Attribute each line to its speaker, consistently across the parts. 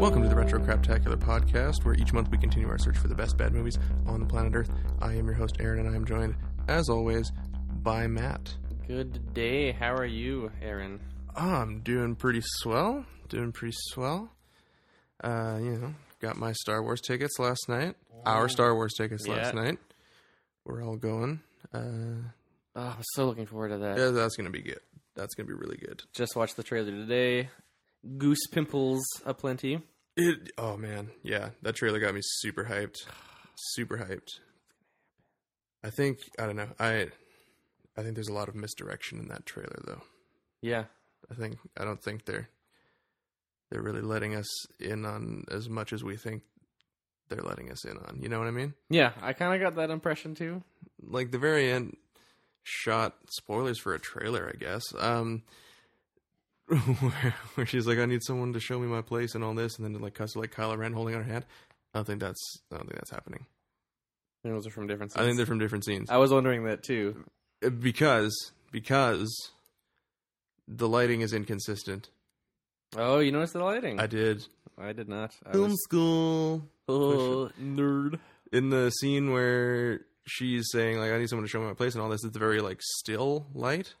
Speaker 1: Welcome to the Retro Craptacular podcast, where each month we continue our search for the best bad movies on the planet Earth. I am your host, Aaron, and I am joined, as always, by Matt.
Speaker 2: Good day. How are you, Aaron?
Speaker 1: Ah, I'm doing pretty swell. Doing pretty swell. Uh, you know, got my Star Wars tickets last night. Our Star Wars tickets last
Speaker 2: Yeah.
Speaker 1: night. We're all going. Uh,
Speaker 2: Oh, I'm so looking forward to that.
Speaker 1: yeah, that's gonna be good. That's gonna be really good.
Speaker 2: Just watched the trailer today. Goose pimples aplenty.
Speaker 1: It. Oh man, yeah, that trailer got me super hyped, super hyped. I think I don't know. I, I think there's a lot of misdirection in that trailer, though.
Speaker 2: Yeah.
Speaker 1: I think I don't think they're, they're really letting us in on as much as we think they're letting us in on. You know what I mean?
Speaker 2: Yeah, I kind of got that impression too.
Speaker 1: Like the very end shot. Spoilers for a trailer, I guess. Um. Where, where she's like, I need someone to show me my place and all this, and then like cuts like Kylo Ren holding her hand. I don't think that's I don't think that's happening.
Speaker 2: And those are from different
Speaker 1: I think
Speaker 2: scenes.
Speaker 1: they're from different scenes
Speaker 2: I was wondering that too.
Speaker 1: because because the lighting is inconsistent.
Speaker 2: Oh, you noticed the lighting?
Speaker 1: I
Speaker 2: I,
Speaker 1: did
Speaker 2: did not. I
Speaker 1: film
Speaker 2: was,
Speaker 1: school
Speaker 2: oh, nerd.
Speaker 1: in the scene where she's saying like I need someone to show me my place and all this. It's very like still light,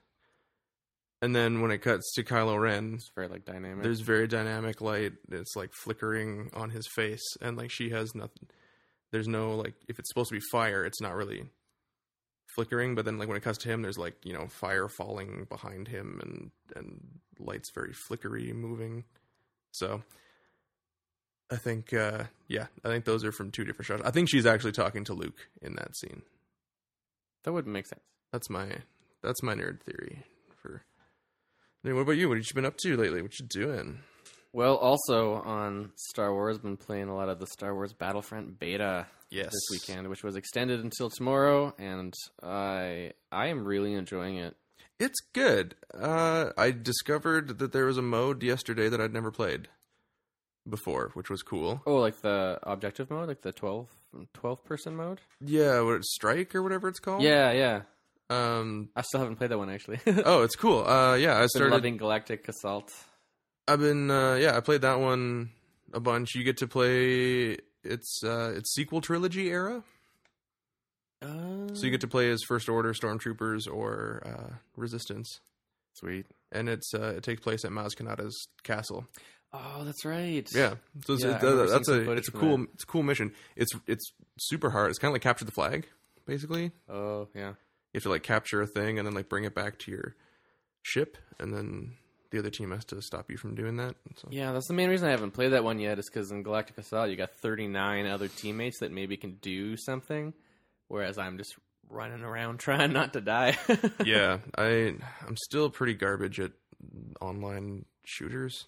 Speaker 1: and then when it cuts to Kylo Ren,
Speaker 2: It's very like dynamic.
Speaker 1: there's very dynamic light. It's like flickering on his face, and like she has nothing. There's no like if it's supposed to be fire, it's not really flickering. But then like when it cuts to him, there's like you know fire falling behind him, and and lights very flickery moving. So I think uh yeah, I think those are from two different shots. I think she's actually talking to Luke in that scene.
Speaker 2: that wouldn't make sense.
Speaker 1: That's my that's my nerd theory for. Then what about you? What have you been up to lately? What you doing?
Speaker 2: Well, also on Star Wars, been playing a lot of the Star Wars Battlefront beta.
Speaker 1: Yes,
Speaker 2: this weekend, which was extended until tomorrow, and I I am really enjoying it.
Speaker 1: It's good. Uh, I discovered that there was a mode yesterday that I'd never played before, which was cool.
Speaker 2: Oh, like the objective mode, like the 12, 12 person mode.
Speaker 1: Yeah, what strike or whatever it's called.
Speaker 2: Yeah, yeah.
Speaker 1: Um.
Speaker 2: I still haven't played that one actually. I've
Speaker 1: Oh, it's cool. Uh. Yeah. I
Speaker 2: been
Speaker 1: started.
Speaker 2: loving Galactic Assault.
Speaker 1: I've been. Uh, yeah. I played that one a bunch. You get to play. It's uh. It's sequel trilogy era.
Speaker 2: Oh.
Speaker 1: So you get to play as First Order stormtroopers or uh, Resistance,
Speaker 2: sweet.
Speaker 1: and it's uh, it takes place at Maz Kanata's castle.
Speaker 2: Oh, that's right.
Speaker 1: Yeah, so it's,
Speaker 2: Yeah, I
Speaker 1: it's-
Speaker 2: remember
Speaker 1: that's
Speaker 2: seeing some
Speaker 1: a
Speaker 2: footage
Speaker 1: it's a
Speaker 2: from
Speaker 1: cool
Speaker 2: that.
Speaker 1: it's a cool mission. It's it's super hard. It's kind of like capture the flag, basically. You
Speaker 2: Oh, yeah.
Speaker 1: have to like capture a thing and then like bring it back to your ship, and then the other team has to stop you from doing that. So,
Speaker 2: Yeah, that's the main reason I haven't played that one yet. Is because in Galactic Assault you got thirty nine other teammates that maybe can do something, whereas I'm just running around trying not to die.
Speaker 1: yeah, I I'm still pretty garbage at online shooters.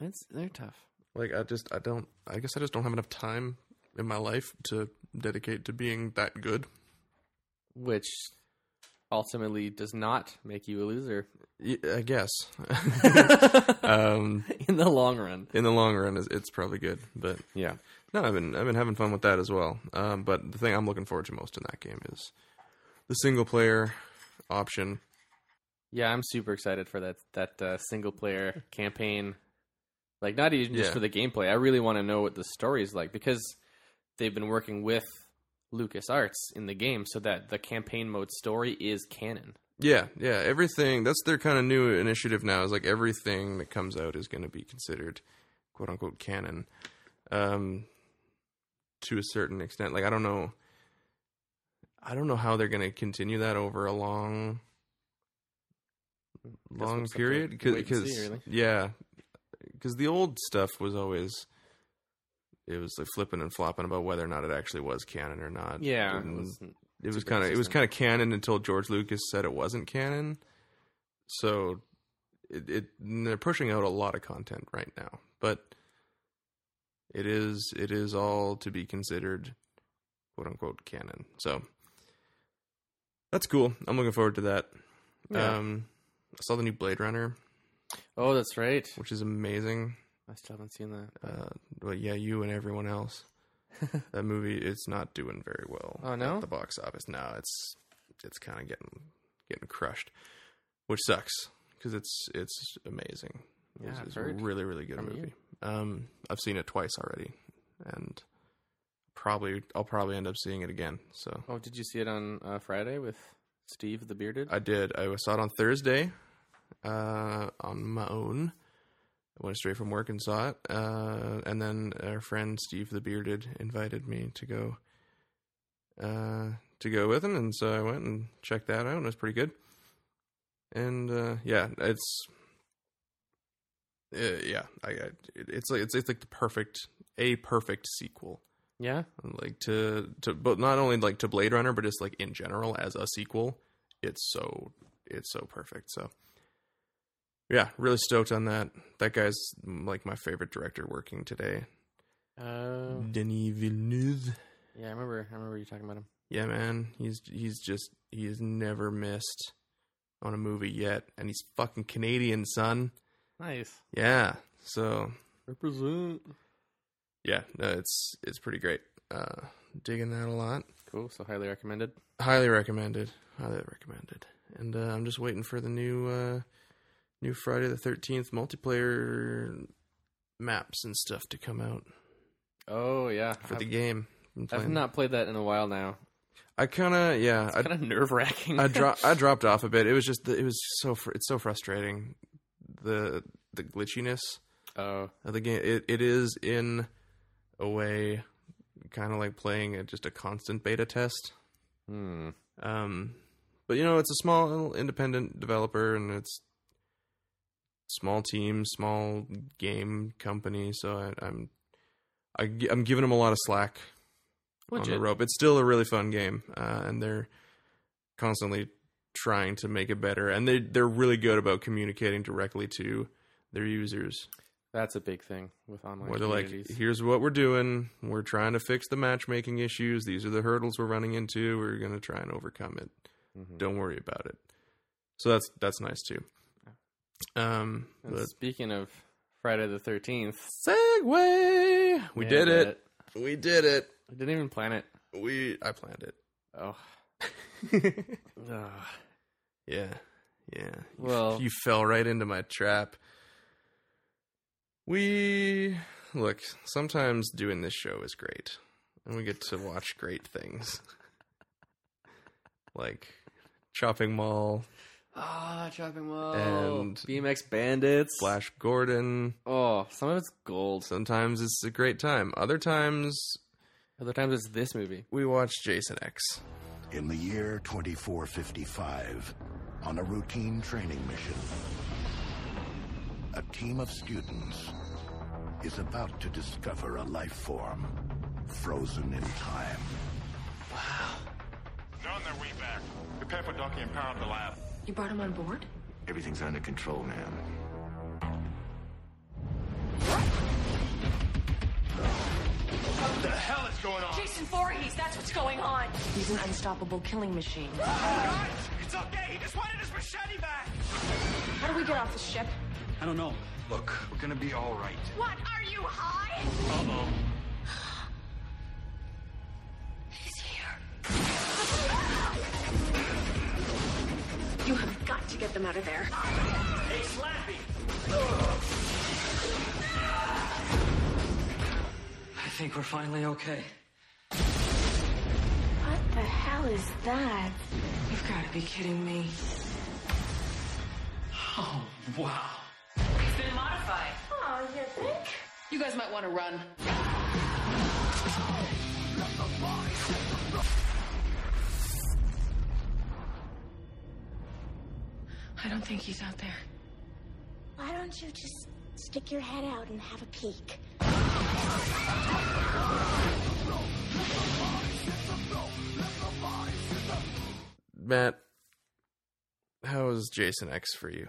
Speaker 2: it's, they're tough.
Speaker 1: Like I just I don't I guess I just don't have enough time in my life to dedicate to being that good.
Speaker 2: which ultimately does not make you a loser
Speaker 1: Y- I guess.
Speaker 2: in
Speaker 1: um,
Speaker 2: the long run.
Speaker 1: in the long run, it's- it's probably good, but
Speaker 2: Yeah.
Speaker 1: No, I've been I've been having fun with that as well. Um, but the thing I'm looking forward to most in that game is the single player option.
Speaker 2: Yeah, I'm super excited for that that uh, single player campaign. Like not even just
Speaker 1: Yeah.
Speaker 2: for the gameplay. I really want to know what the story is like because they've been working with LucasArts in the game so that the campaign mode story is canon.
Speaker 1: Yeah, yeah. Everything that's their kind of new initiative now is like everything that comes out is going to be considered quote unquote canon, um, to a certain extent. Like I don't know, I don't know how they're going to continue that over a long,
Speaker 2: we'll
Speaker 1: long
Speaker 2: just have to
Speaker 1: period. Because
Speaker 2: wait and see, really.
Speaker 1: yeah, because the old stuff was always it was like flipping and flopping about whether or not it actually was canon or not.
Speaker 2: Yeah. mm,
Speaker 1: And-
Speaker 2: listen,
Speaker 1: it was
Speaker 2: super
Speaker 1: kind of it was
Speaker 2: consistent.
Speaker 1: kind of canon until George Lucas said it wasn't canon. So it, it they're pushing out a lot of content right now, but it is it is all to be considered quote unquote canon. So that's cool. I'm looking forward to that.
Speaker 2: yeah.
Speaker 1: Um I saw the new Blade Runner,
Speaker 2: oh, that's right.
Speaker 1: which is amazing.
Speaker 2: I still haven't seen that.
Speaker 1: Uh but yeah, you and everyone else. that movie it's not doing very well
Speaker 2: Oh, no?
Speaker 1: at the box office. No, it's it's kind of getting getting crushed, which sucks because it's it's amazing.
Speaker 2: Yeah,
Speaker 1: It's-
Speaker 2: I've
Speaker 1: it's,
Speaker 2: heard
Speaker 1: a really really good
Speaker 2: from you.
Speaker 1: movie. Um, I've seen it twice already, and probably I'll probably end up seeing it again. So
Speaker 2: Oh, did you see it on uh, Friday with Steve the bearded?
Speaker 1: I did. I saw it on Thursday uh, on my own. I went straight from work and saw it. Uh, and then our friend Steve the Bearded invited me to go uh, to go with him, and so I went and checked that out, and it was pretty good. And uh, yeah, it's uh, yeah, I, I it's like it's it's like the perfect a perfect sequel
Speaker 2: yeah,
Speaker 1: like to to but not only like to Blade Runner, but just like in general as a sequel, it's so it's so perfect. So yeah, really stoked on that. That guy's mm, like my favorite director working today,
Speaker 2: uh,
Speaker 1: Denis Villeneuve.
Speaker 2: yeah. I remember. I remember you talking about him.
Speaker 1: Yeah, man, he's he's just he has never missed on a movie yet, and he's fucking Canadian, son.
Speaker 2: Nice.
Speaker 1: Yeah, so
Speaker 2: Represent.
Speaker 1: yeah, no, it's it's pretty great. Uh, digging that a lot.
Speaker 2: Cool. So highly recommended.
Speaker 1: highly recommended highly recommended and uh, i'm just waiting for the new uh new friday the 13th multiplayer maps and stuff to come out
Speaker 2: Oh yeah.
Speaker 1: for the
Speaker 2: I've,
Speaker 1: game I'm
Speaker 2: I've
Speaker 1: playing-
Speaker 2: not played that in a while now.
Speaker 1: i kind of yeah i
Speaker 2: Kind of nerve wracking.
Speaker 1: I, dro- I dropped off a bit it was just the, it was so fr- it's so frustrating the the glitchiness
Speaker 2: oh
Speaker 1: of the game it, it is in a way kind of like playing a, just a constant beta test
Speaker 2: hmm.
Speaker 1: Um, but you know, it's a small independent developer, and it's small team, small game company. So I, I'm, I, gi- I'm giving them a lot of slack on
Speaker 2: Legit.
Speaker 1: the rope. It's still a really fun game, uh, and they're constantly trying to make it better. And they they're really good about communicating directly to their users,
Speaker 2: That's a big thing with online
Speaker 1: where they're like,
Speaker 2: communities.
Speaker 1: "Here's what we're doing. We're trying to fix the matchmaking issues. These are the hurdles we're running into. We're gonna try and overcome it."
Speaker 2: Mhm.
Speaker 1: don't worry about it. So that's that's nice too. Um,
Speaker 2: And
Speaker 1: but
Speaker 2: speaking of Friday the Thirteenth,
Speaker 1: segue. We did it. We did it.
Speaker 2: I didn't even plan it.
Speaker 1: We I planned it.
Speaker 2: Oh. Ugh.
Speaker 1: yeah, yeah. You,
Speaker 2: Well-
Speaker 1: you fell right into my trap. We look. Sometimes doing this show is great, and we get to watch great things, like Chopping Mall,
Speaker 2: Ah, chopping wall.
Speaker 1: And-
Speaker 2: BMX bandits.
Speaker 1: Flash Gordon.
Speaker 2: Oh, some of it's gold.
Speaker 1: Sometimes it's a great time. Other times
Speaker 2: Other times it's this movie.
Speaker 1: we watched Jason X.
Speaker 3: In the year 2455, on a routine training mission, a team of students is about to discover a life form frozen in time.
Speaker 4: They're on their way back. Prepare for docking and power up the lab.
Speaker 5: You brought him on board?
Speaker 6: Everything's under control, ma'am.
Speaker 4: What the hell is going on?
Speaker 5: Jason Voorhees, that's what's going on. He's an unstoppable killing machine.
Speaker 4: Guys, it's okay. He just wanted his machete back.
Speaker 5: How do we get off the ship?
Speaker 7: I don't know.
Speaker 6: Look, we're gonna be all right.
Speaker 5: What are you high?
Speaker 7: Uh-oh.
Speaker 5: He's here. You have got to get them out of there.
Speaker 4: Hey, Slappy.
Speaker 7: I think we're finally okay.
Speaker 5: What the hell is that? You've got to be kidding me. Oh,
Speaker 7: Wow.
Speaker 5: He's been modified. Oh, you think? You guys might want to run. I don't think he's out there.
Speaker 8: Why don't you just stick your head out and have a peek?
Speaker 1: Matt, how is Jason X for you?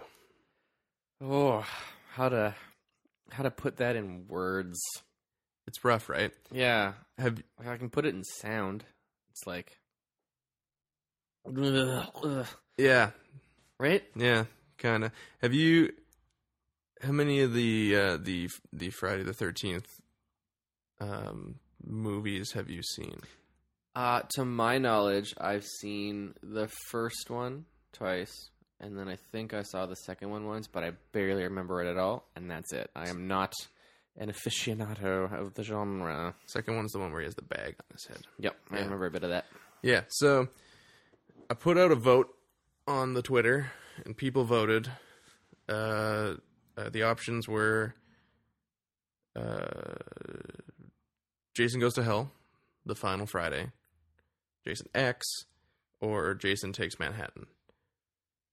Speaker 2: Oh, how to how to put that in words?
Speaker 1: It's rough, right?
Speaker 2: Yeah,
Speaker 1: Have
Speaker 2: if I can put it in sound, it's like, Ugh, ugh.
Speaker 1: yeah,
Speaker 2: right?
Speaker 1: yeah, kind of. Have you? How many of the uh, the the Friday the Thirteenth um, movies have you seen?
Speaker 2: Uh, to my knowledge, I've seen the first one twice, and then I think I saw the second one once, but I barely remember it at all, and that's it. I am not an aficionado of the genre.
Speaker 1: Second one's the one where he has the bag on his head.
Speaker 2: Yep, I
Speaker 1: Yeah.
Speaker 2: remember a bit of that.
Speaker 1: Yeah, so I put out a vote on the Twitter, and people voted. Uh, uh, the options were uh, Jason Goes to Hell, The Final Friday, Jason X, or Jason Takes Manhattan.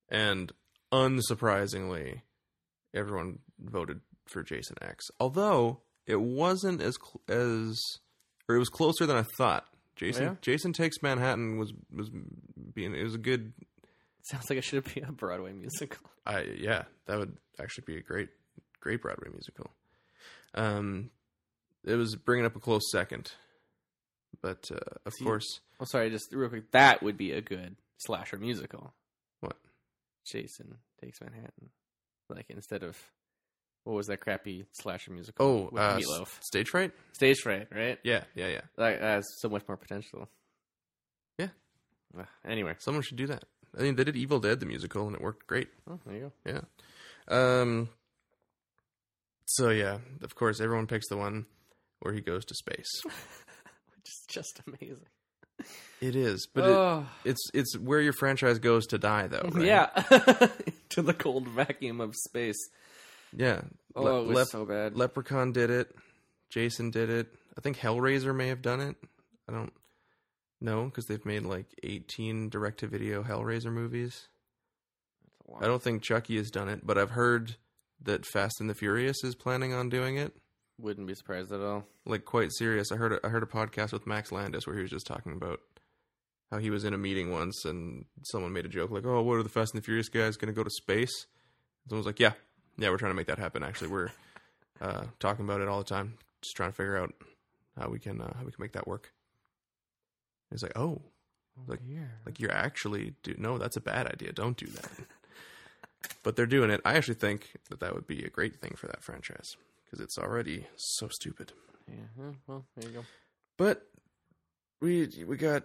Speaker 1: And unsurprisingly, everyone voted for Jason X. Although it wasn't as cl- as or it was closer than I thought. Jason
Speaker 2: Yeah?
Speaker 1: Jason Takes Manhattan was was being it was a good
Speaker 2: Sounds like it should be a Broadway musical.
Speaker 1: I yeah, that would actually be a great great Broadway musical. Um it was bringing up a close second. But uh, of
Speaker 2: See-
Speaker 1: course,
Speaker 2: Oh, sorry, just real quick. That would be a good slasher musical.
Speaker 1: what?
Speaker 2: Jason Takes Manhattan. Like instead of what was that crappy slasher musical?
Speaker 1: Oh,
Speaker 2: with
Speaker 1: uh,
Speaker 2: Meatloaf.
Speaker 1: s- stage fright?
Speaker 2: Stage fright, right?
Speaker 1: Yeah, yeah, yeah.
Speaker 2: Like that has so much more potential.
Speaker 1: Yeah.
Speaker 2: Ugh, Anyway,
Speaker 1: Someone should do that. I mean, they did Evil Dead the musical and it worked great.
Speaker 2: oh, there you go.
Speaker 1: Yeah. Um. So yeah, of course, everyone picks the one where he goes to space.
Speaker 2: Which is just amazing.
Speaker 1: It is, but
Speaker 2: Oh.
Speaker 1: it, it's it's where your franchise goes to die, though. right?
Speaker 2: Yeah, to the cold vacuum of space.
Speaker 1: yeah.
Speaker 2: Oh,
Speaker 1: Le-
Speaker 2: it was
Speaker 1: Lep-
Speaker 2: so bad.
Speaker 1: Leprechaun did it. Jason did it. I think Hellraiser may have done it. I don't know because they've made like eighteen direct-to-video Hellraiser movies. I don't think Chucky has done it, but I've heard that Fast and the Furious is planning on doing it.
Speaker 2: Wouldn't be surprised at all.
Speaker 1: like quite serious. I heard a, I heard a podcast with Max Landis where he was just talking about how he was in a meeting once and someone made a joke like, "Oh, what are the Fast and the Furious guys going to go to space?" Someone was like, "Yeah, yeah, we're trying to make that happen. Actually, we're uh, talking about it all the time, just trying to figure out how we can uh, how we can make that work." He's like, "Oh, like like you're actually do no, that's a bad idea. Don't do that." but they're doing it. I actually think that that would be a great thing for that franchise because it's already so stupid.
Speaker 2: Yeah. yeah, Well, there you go.
Speaker 1: But we we got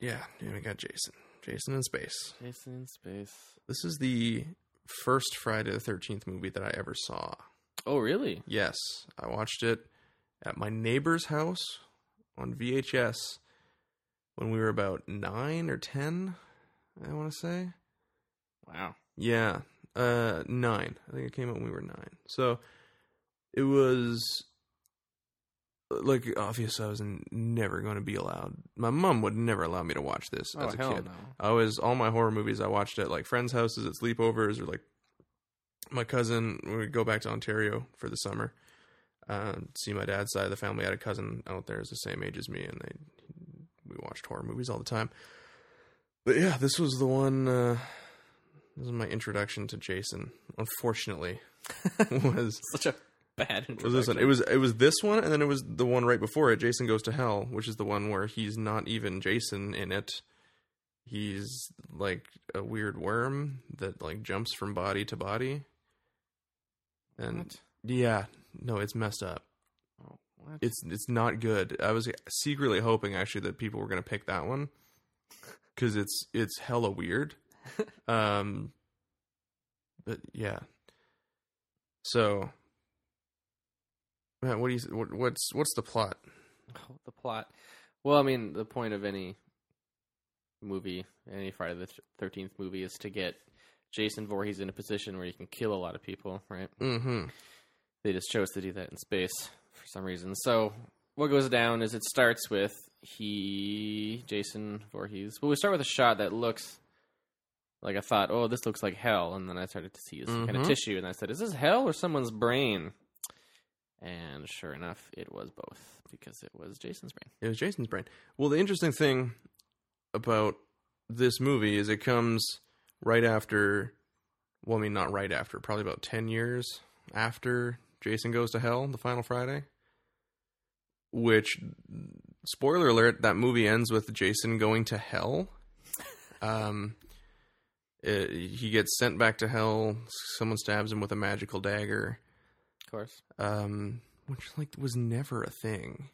Speaker 1: yeah, yeah, we got Jason. Jason in space.
Speaker 2: Jason in space.
Speaker 1: This is the first Friday the thirteenth movie that I ever saw.
Speaker 2: Oh, really?
Speaker 1: Yes. I watched it at my neighbor's house on VHS when we were about nine or ten, I wanna say.
Speaker 2: Wow.
Speaker 1: Yeah. Uh nine. I think it came out when we were nine. So it was uh, like obvious I was n- never going to be allowed. My mom would never allow me to watch this
Speaker 2: Oh,
Speaker 1: as a
Speaker 2: hell
Speaker 1: kid.
Speaker 2: no.
Speaker 1: I was all my horror movies I watched at like friends' houses at sleepovers or like my cousin we would go back to Ontario for the summer. Um, see my dad's side of the family. I had a cousin out there who's the same age as me, and they we watched horror movies all the time. But yeah, this was the one. Uh, this was my introduction to Jason. Unfortunately, was
Speaker 2: Such a bad
Speaker 1: was
Speaker 2: introduction.
Speaker 1: this one? It was it was this one, and then it was the one right before it. Jason goes to hell, which is the one where he's not even Jason in it. He's like a weird worm that like jumps from body to body. And yeah, no, it's messed up.
Speaker 2: Oh, what?
Speaker 1: It's it's not good. I was secretly hoping actually that people were gonna pick that one because it's it's hella weird. um, but yeah. So, Matt, what do you what, what's what's the plot?
Speaker 2: Oh, the plot. Well, I mean, the point of any movie, any Friday the Thirteenth movie, is to get Jason Voorhees in a position where he can kill a lot of people, right?
Speaker 1: Mm-hmm.
Speaker 2: They just chose to do that in space for some reason. So what goes down is it starts with he, Jason Voorhees. Well, we start with a shot that looks like I thought, oh, this looks like hell, and then I started to see some kind of
Speaker 1: Mhm.
Speaker 2: tissue, and I said, is this hell or someone's brain? And sure enough, it was both because it was Jason's brain.
Speaker 1: It was Jason's brain. Well, the interesting thing about this movie is it comes right after. Well, I mean, not right after. Probably about ten years after Jason Goes to Hell, the final Friday. Which, spoiler alert, that movie ends with Jason going to hell. Um, it, he gets sent back to hell. Someone stabs him with a magical dagger
Speaker 2: Of course.
Speaker 1: um, which like was never a thing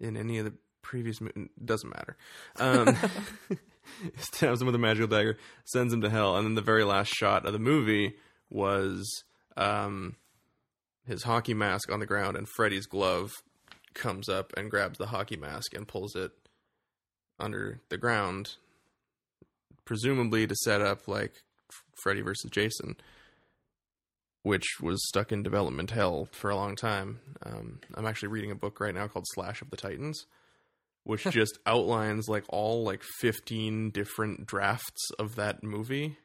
Speaker 1: in any of the previous. Mo- doesn't matter. Um, stabs him with a magical dagger, sends him to hell, and then the very last shot of the movie was um, his hockey mask on the ground, and Freddy's glove comes up and grabs the hockey mask and pulls it under the ground, presumably to set up like Freddy versus Jason, which was stuck in development hell for a long time. Um, I'm actually reading a book right now called Slash of the Titans, which just outlines like all like 15 different drafts of that movie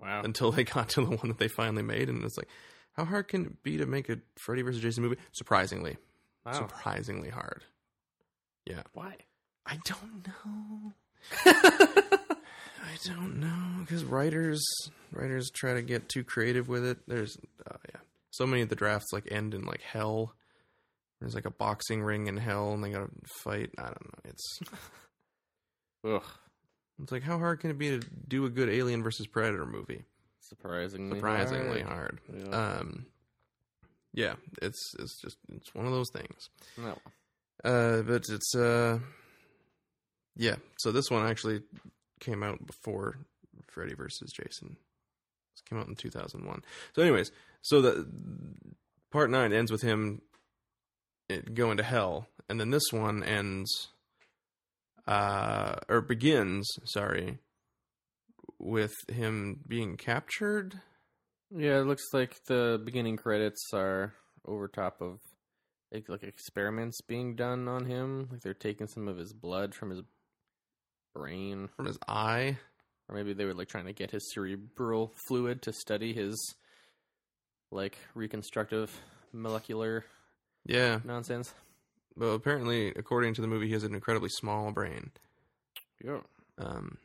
Speaker 2: Wow.
Speaker 1: until they got to the one that they finally made, and it's like, how hard can it be to make a Freddy versus Jason movie? Surprisingly,
Speaker 2: wow.
Speaker 1: surprisingly hard. Yeah,
Speaker 2: Why?
Speaker 1: I don't know. I don't know because writers writers try to get too creative with it. There's uh, yeah, so many of the drafts like end in like hell. There's like a boxing ring in hell, and they gotta fight. I don't know. It's
Speaker 2: Ugh.
Speaker 1: it's like how hard can it be to do a good Alien versus Predator movie?
Speaker 2: Surprisingly.
Speaker 1: surprisingly hard.
Speaker 2: Yeah.
Speaker 1: Um, yeah, it's it's just it's one of those things.
Speaker 2: No.
Speaker 1: Uh, but it's uh, yeah. So this one actually came out before Freddy versus Jason. This came out in two thousand one. So, anyways, so the part nine ends with him it going to hell, and then this one ends, uh, or begins. Sorry. With him being captured,
Speaker 2: Yeah, it looks like the beginning credits are over top of like, like experiments being done on him. Like they're taking some of his blood from his brain,
Speaker 1: from his eye.
Speaker 2: or maybe they were like trying to get his cerebral fluid to study his like reconstructive molecular
Speaker 1: Yeah,
Speaker 2: nonsense.
Speaker 1: well, apparently, according to the movie, he has an incredibly small brain.
Speaker 2: Yeah.
Speaker 1: Um,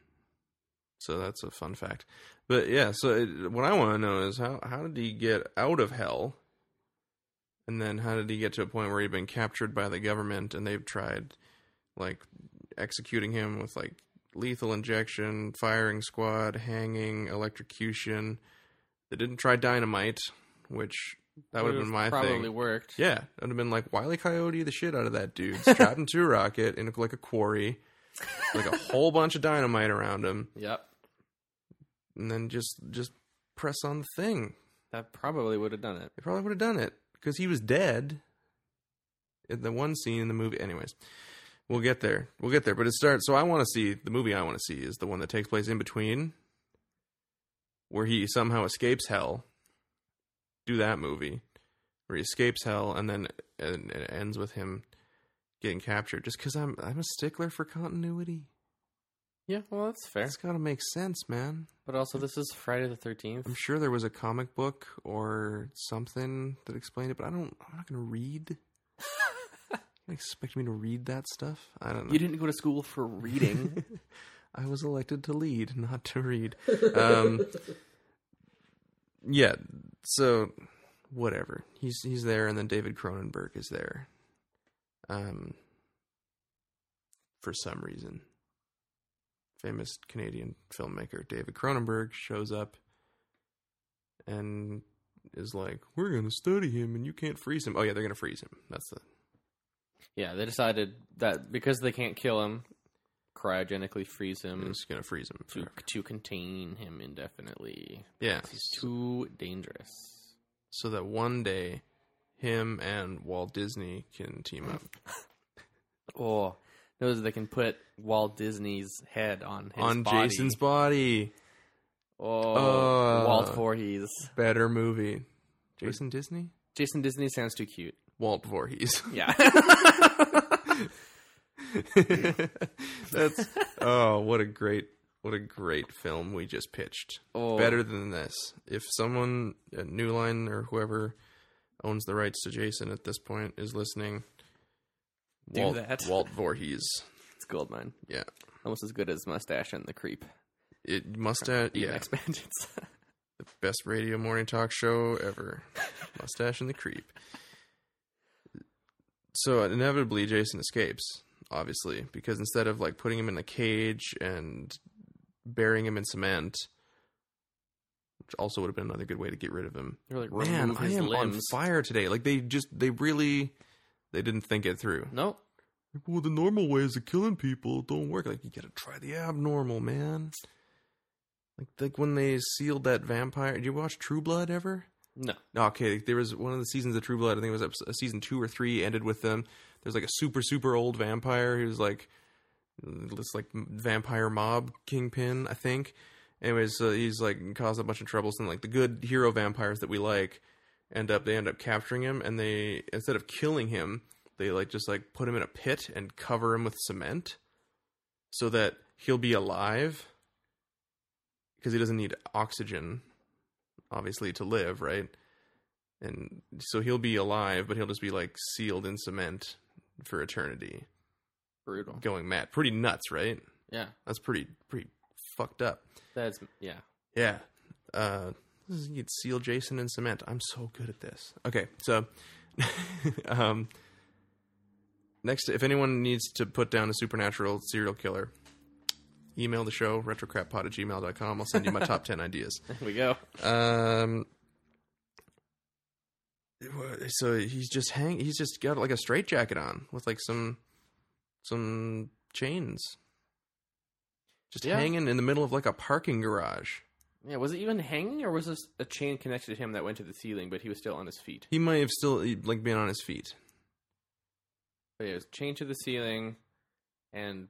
Speaker 1: so that's a fun fact. But yeah, so it, what I want to know is how how did he get out of hell? And then how did he get to a point where he'd been captured by the government and they've tried like executing him with like lethal injection, firing squad, hanging, electrocution. They didn't try dynamite, which that would have been my
Speaker 2: probably
Speaker 1: thing.
Speaker 2: worked.
Speaker 1: Yeah, it would have been like Wiley Coyote the shit out of that dude, strapped into a rocket in like a quarry, like a whole bunch of dynamite around him,
Speaker 2: Yep.
Speaker 1: and then just just press on the thing.
Speaker 2: That probably would have done it.
Speaker 1: They probably would have done it because he was dead in the one scene in the movie. Anyways, we'll get there. We'll get there. But it starts. So I want to see the movie. I want to see is the one that takes place in between, where he somehow escapes hell. Do that movie where he escapes hell, and then and it ends with him getting captured. Just because I'm I'm a stickler for continuity.
Speaker 2: Yeah, well, that's fair.
Speaker 1: It's got to make sense, man.
Speaker 2: But also, this is Friday the 13th.
Speaker 1: I'm sure there was a comic book or something that explained it, but I don't. I'm not going to read. you expect me to read that stuff? I don't know.
Speaker 2: You didn't go to school for reading.
Speaker 1: I was elected to lead, not to read. Um, yeah. So whatever. He's he's there, and then David Cronenberg is there. Um, for some reason, famous Canadian filmmaker David Cronenberg shows up and is like, "We're gonna study him, and you can't freeze him." Oh yeah, they're gonna freeze him. That's the
Speaker 2: yeah, they decided that because they can't kill him, cryogenically freeze
Speaker 1: they're
Speaker 2: him
Speaker 1: just gonna freeze him.
Speaker 2: to,
Speaker 1: Forever.
Speaker 2: to contain him indefinitely.
Speaker 1: Yeah,
Speaker 2: He's too dangerous.
Speaker 1: so that one day him and Walt Disney can team up
Speaker 2: Oh, knows they can put Walt Disney's head on his
Speaker 1: on
Speaker 2: body.
Speaker 1: Jason's body.
Speaker 2: Oh,
Speaker 1: Oh.
Speaker 2: Walt Voorhees.
Speaker 1: Better movie. Jason Disney?
Speaker 2: Jason Disney sounds too cute.
Speaker 1: Walt Voorhees.
Speaker 2: Yeah.
Speaker 1: That's oh, what a great what a great film we just pitched.
Speaker 2: Oh.
Speaker 1: Better than this. If someone at New Line or whoever owns the rights to Jason at this point is listening,
Speaker 2: Do
Speaker 1: Walt,
Speaker 2: that.
Speaker 1: Walt Voorhees.
Speaker 2: it's gold mine.
Speaker 1: Yeah.
Speaker 2: Almost as good as Mustache and the Creep.
Speaker 1: It must have
Speaker 2: Even
Speaker 1: yeah.
Speaker 2: Expansions.
Speaker 1: Best radio morning talk show ever. Mustache and the Creep. So inevitably, Jason escapes, obviously, because instead of like putting him in a cage and burying him in cement, which also would have been another good way to get rid of him.
Speaker 2: They're like,
Speaker 1: Man,
Speaker 2: remove
Speaker 1: I
Speaker 2: his
Speaker 1: am on
Speaker 2: limbs.
Speaker 1: fire today. Like they just, they really, they didn't think it through.
Speaker 2: No,
Speaker 1: Well, the normal ways of killing people don't work. Like you gotta try the abnormal, man. Like like when they sealed that vampire. Did you watch True Blood ever?
Speaker 2: No.
Speaker 1: Okay, there was one of the seasons of True Blood. I think it was episode, season two or three. Ended with them. There's like a super super old vampire. He was like this like vampire mob kingpin, I think. Anyways, so he's like caused a bunch of troubles, and like the good hero vampires that we like end up they end up capturing him, and they instead of killing him, they like just like put him in a pit and cover him with cement, so that he'll be alive because he doesn't need oxygen, obviously, to live, right? And so he'll be alive, but he'll just be like sealed in cement for eternity,
Speaker 2: Brutal.
Speaker 1: going mad. Pretty nuts, right?
Speaker 2: Yeah.
Speaker 1: That's pretty pretty fucked up.
Speaker 2: That's yeah.
Speaker 1: Yeah. Uh, this is- you'd seal Jason in cement. I'm so good at this. Okay, so um, next, if anyone needs to put down a supernatural serial killer, email the show retrocrappod at gmail.com. I'll send you my top 10 ideas.
Speaker 2: There we go.
Speaker 1: Um, so he's just hang. He's just got like a straitjacket on with like some some chains, just
Speaker 2: Yeah.
Speaker 1: hanging in the middle of like a parking garage.
Speaker 2: Yeah, was it even hanging or was this a chain connected to him that went to the ceiling, but he was still on his feet?
Speaker 1: He might have still like been on his feet.
Speaker 2: But yeah, it was chain to the ceiling and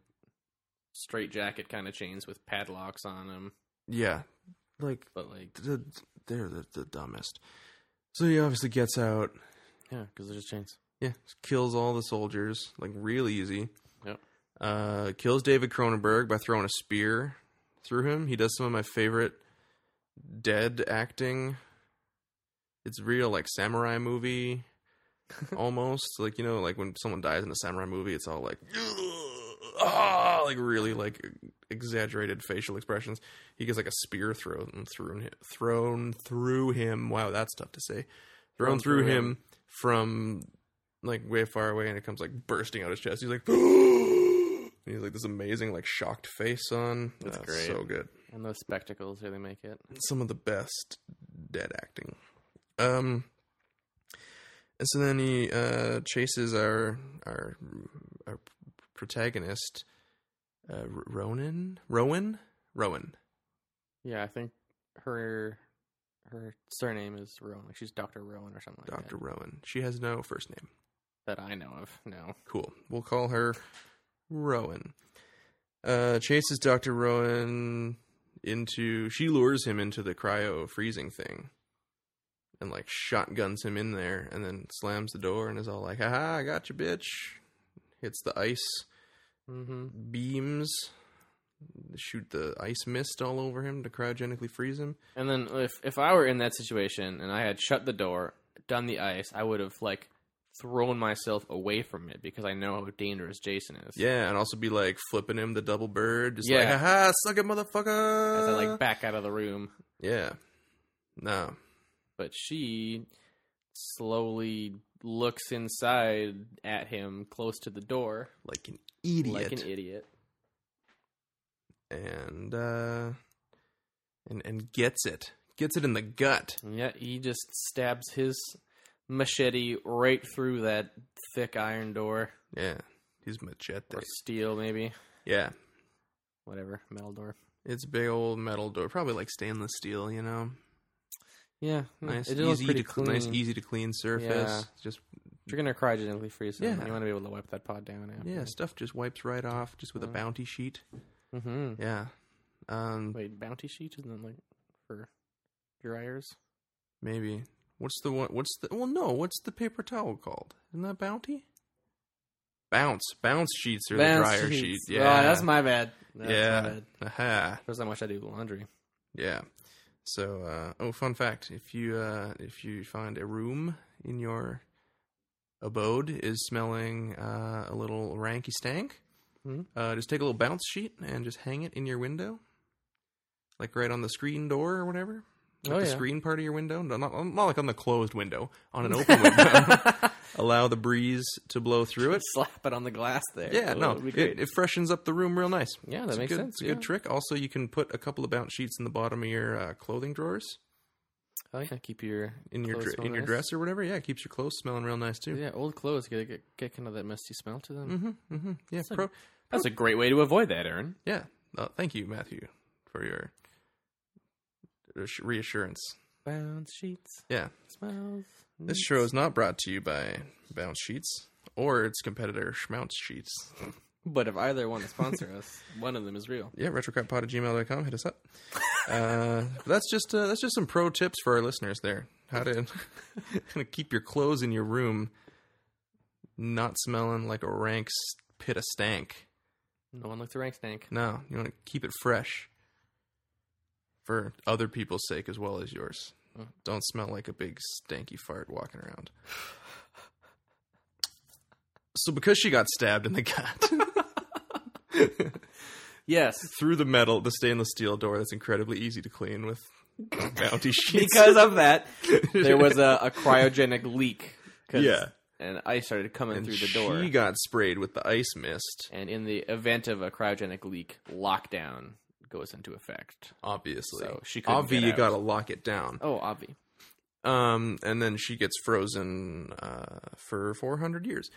Speaker 2: straight jacket kind of chains with padlocks on them.
Speaker 1: Yeah, like
Speaker 2: But like,
Speaker 1: the, they're the, the dumbest. So he obviously gets out.
Speaker 2: yeah, because there's just chains.
Speaker 1: Yeah, kills all the soldiers like real easy.
Speaker 2: Yep.
Speaker 1: Uh, kills David Cronenberg by throwing a spear through him. He does some of my favorite dead acting. It's real like samurai movie, almost like you know like when someone dies in a samurai movie, it's all like ah, like really like exaggerated facial expressions. He gets like a spear thrown through him, thrown through him. Wow, that's tough to say. Thrown through
Speaker 2: through him.
Speaker 1: him from like way far away and it comes like bursting out his chest. He's like, and he's like this amazing like shocked face on.
Speaker 2: That's
Speaker 1: Ah,
Speaker 2: great.
Speaker 1: So good.
Speaker 2: And those spectacles really make it.
Speaker 1: Some of the best dead acting. Um, and so then he uh, chases our our our protagonist, uh, R- Ronan, Rowan, Rowan.
Speaker 2: Yeah, I think her her surname is Rowan. Like she's Doctor Rowan or something like
Speaker 1: Doctor Rowan. She has no first name.
Speaker 2: that. That I know of. No.
Speaker 1: Cool. We'll call her Rowan. Uh, chases Dr. Rowan into. She lures him into the cryo freezing thing and, like, shotguns him in there and then slams the door and is all like, haha, I got you, bitch. Hits the ice
Speaker 2: Mm-hmm.
Speaker 1: beams, shoot the ice mist all over him to cryogenically freeze him.
Speaker 2: And then if if I were in that situation and I had shut the door, done the ice, I would have like thrown myself away from it because I know how dangerous Jason is.
Speaker 1: Yeah, and also be like flipping him the double bird. Just like,
Speaker 2: Yeah.
Speaker 1: haha, suck it, motherfucker.
Speaker 2: As I like back out of the room,
Speaker 1: yeah. No.
Speaker 2: but she slowly looks inside at him close to the door
Speaker 1: like an idiot.
Speaker 2: like an idiot.
Speaker 1: and uh and and gets it. Gets it in the gut.
Speaker 2: And yeah, he just stabs his machete right through that thick iron door
Speaker 1: Yeah. He's machete.
Speaker 2: or steel maybe,
Speaker 1: Yeah.
Speaker 2: whatever, metal door.
Speaker 1: It's a big old metal door, probably like stainless steel, you know.
Speaker 2: Yeah,
Speaker 1: Nice,
Speaker 2: Hmm. it looks
Speaker 1: easy
Speaker 2: pretty
Speaker 1: to cl- nice,
Speaker 2: clean.
Speaker 1: easy to clean surface.
Speaker 2: Yeah.
Speaker 1: Just
Speaker 2: If you're gonna cryogenically freeze him,
Speaker 1: Yeah.
Speaker 2: you want to be able to wipe that pod down. After.
Speaker 1: yeah, stuff just wipes right off, just
Speaker 2: Hmm.
Speaker 1: with a bounty sheet.
Speaker 2: Mm-hmm.
Speaker 1: Yeah, um,
Speaker 2: Wait, bounty sheet isn't it like for dryers?
Speaker 1: maybe. What's the one? What's the? Well, no. What's the paper towel called? Isn't that bounty? Bounce, bounce sheets or the dryer sheet.
Speaker 2: sheets.
Speaker 1: Yeah,
Speaker 2: Oh, that's my bad. That's
Speaker 1: yeah.
Speaker 2: my bad.
Speaker 1: Aha.
Speaker 2: There's not much I do with laundry.
Speaker 1: Yeah. So, uh, oh, fun fact: if you uh, if you find a room in your abode is smelling uh, a little ranky stank,
Speaker 2: Mhm.
Speaker 1: uh, just take a little bounce sheet and just hang it in your window, like right on the screen door or whatever. Like
Speaker 2: Oh,
Speaker 1: the
Speaker 2: yeah.
Speaker 1: screen part of your window, no, not, not like on the closed window, on an open window. Allow the breeze to blow through it.
Speaker 2: Slap it on the glass there.
Speaker 1: Yeah,
Speaker 2: Oh,
Speaker 1: no,
Speaker 2: it'd be
Speaker 1: it,
Speaker 2: great.
Speaker 1: it freshens up the room real nice.
Speaker 2: Yeah, that
Speaker 1: It's a
Speaker 2: makes
Speaker 1: good-
Speaker 2: sense,
Speaker 1: It's a good
Speaker 2: yeah.
Speaker 1: trick. Also, you can put a couple of bounce sheets in the bottom of your uh, clothing drawers
Speaker 2: oh yeah, keep your
Speaker 1: in your
Speaker 2: clothes
Speaker 1: dr- in
Speaker 2: smell
Speaker 1: your
Speaker 2: nice.
Speaker 1: dress or whatever. Yeah, it keeps your clothes smelling real nice too.
Speaker 2: Yeah, old clothes get get, get kind of that musty smell to them.
Speaker 1: hmm yeah,
Speaker 2: like-
Speaker 1: pro.
Speaker 2: That's a great way to avoid that, Aaron.
Speaker 1: Yeah, uh, thank you, Matthew, for your reassurance.
Speaker 2: Bounce sheets.
Speaker 1: Yeah.
Speaker 2: Smiles.
Speaker 1: This show is not brought to you by Bounce Sheets or its competitor Schmounce Sheets.
Speaker 2: But if either want to sponsor us, one of them is real.
Speaker 1: Yeah, retrocrappod at gmail.com. Hit us up. Uh, that's just uh, that's just some pro tips for our listeners there. How to, how to keep your clothes in your room not smelling like a rank s- pit of stank.
Speaker 2: No one looked the rank stank.
Speaker 1: No, you want to keep it fresh for other people's sake as well as yours. Don't smell like a big stanky fart walking around. So, because she got stabbed in the gut
Speaker 2: Yes,
Speaker 1: through the metal, the stainless steel door that's incredibly easy to clean with bounty sheets.
Speaker 2: because of that, there was a, a cryogenic leak. 'cause-
Speaker 1: Yeah.
Speaker 2: and I started coming
Speaker 1: and
Speaker 2: through the door.
Speaker 1: She got sprayed with the ice mist,
Speaker 2: and in the event of a cryogenic leak, lockdown goes into effect.
Speaker 1: obviously.
Speaker 2: So she couldn't
Speaker 1: Obvi,
Speaker 2: get
Speaker 1: you
Speaker 2: out.
Speaker 1: gotta lock it down.
Speaker 2: Oh, obvi.
Speaker 1: Um, and then she gets frozen uh, for 400 years.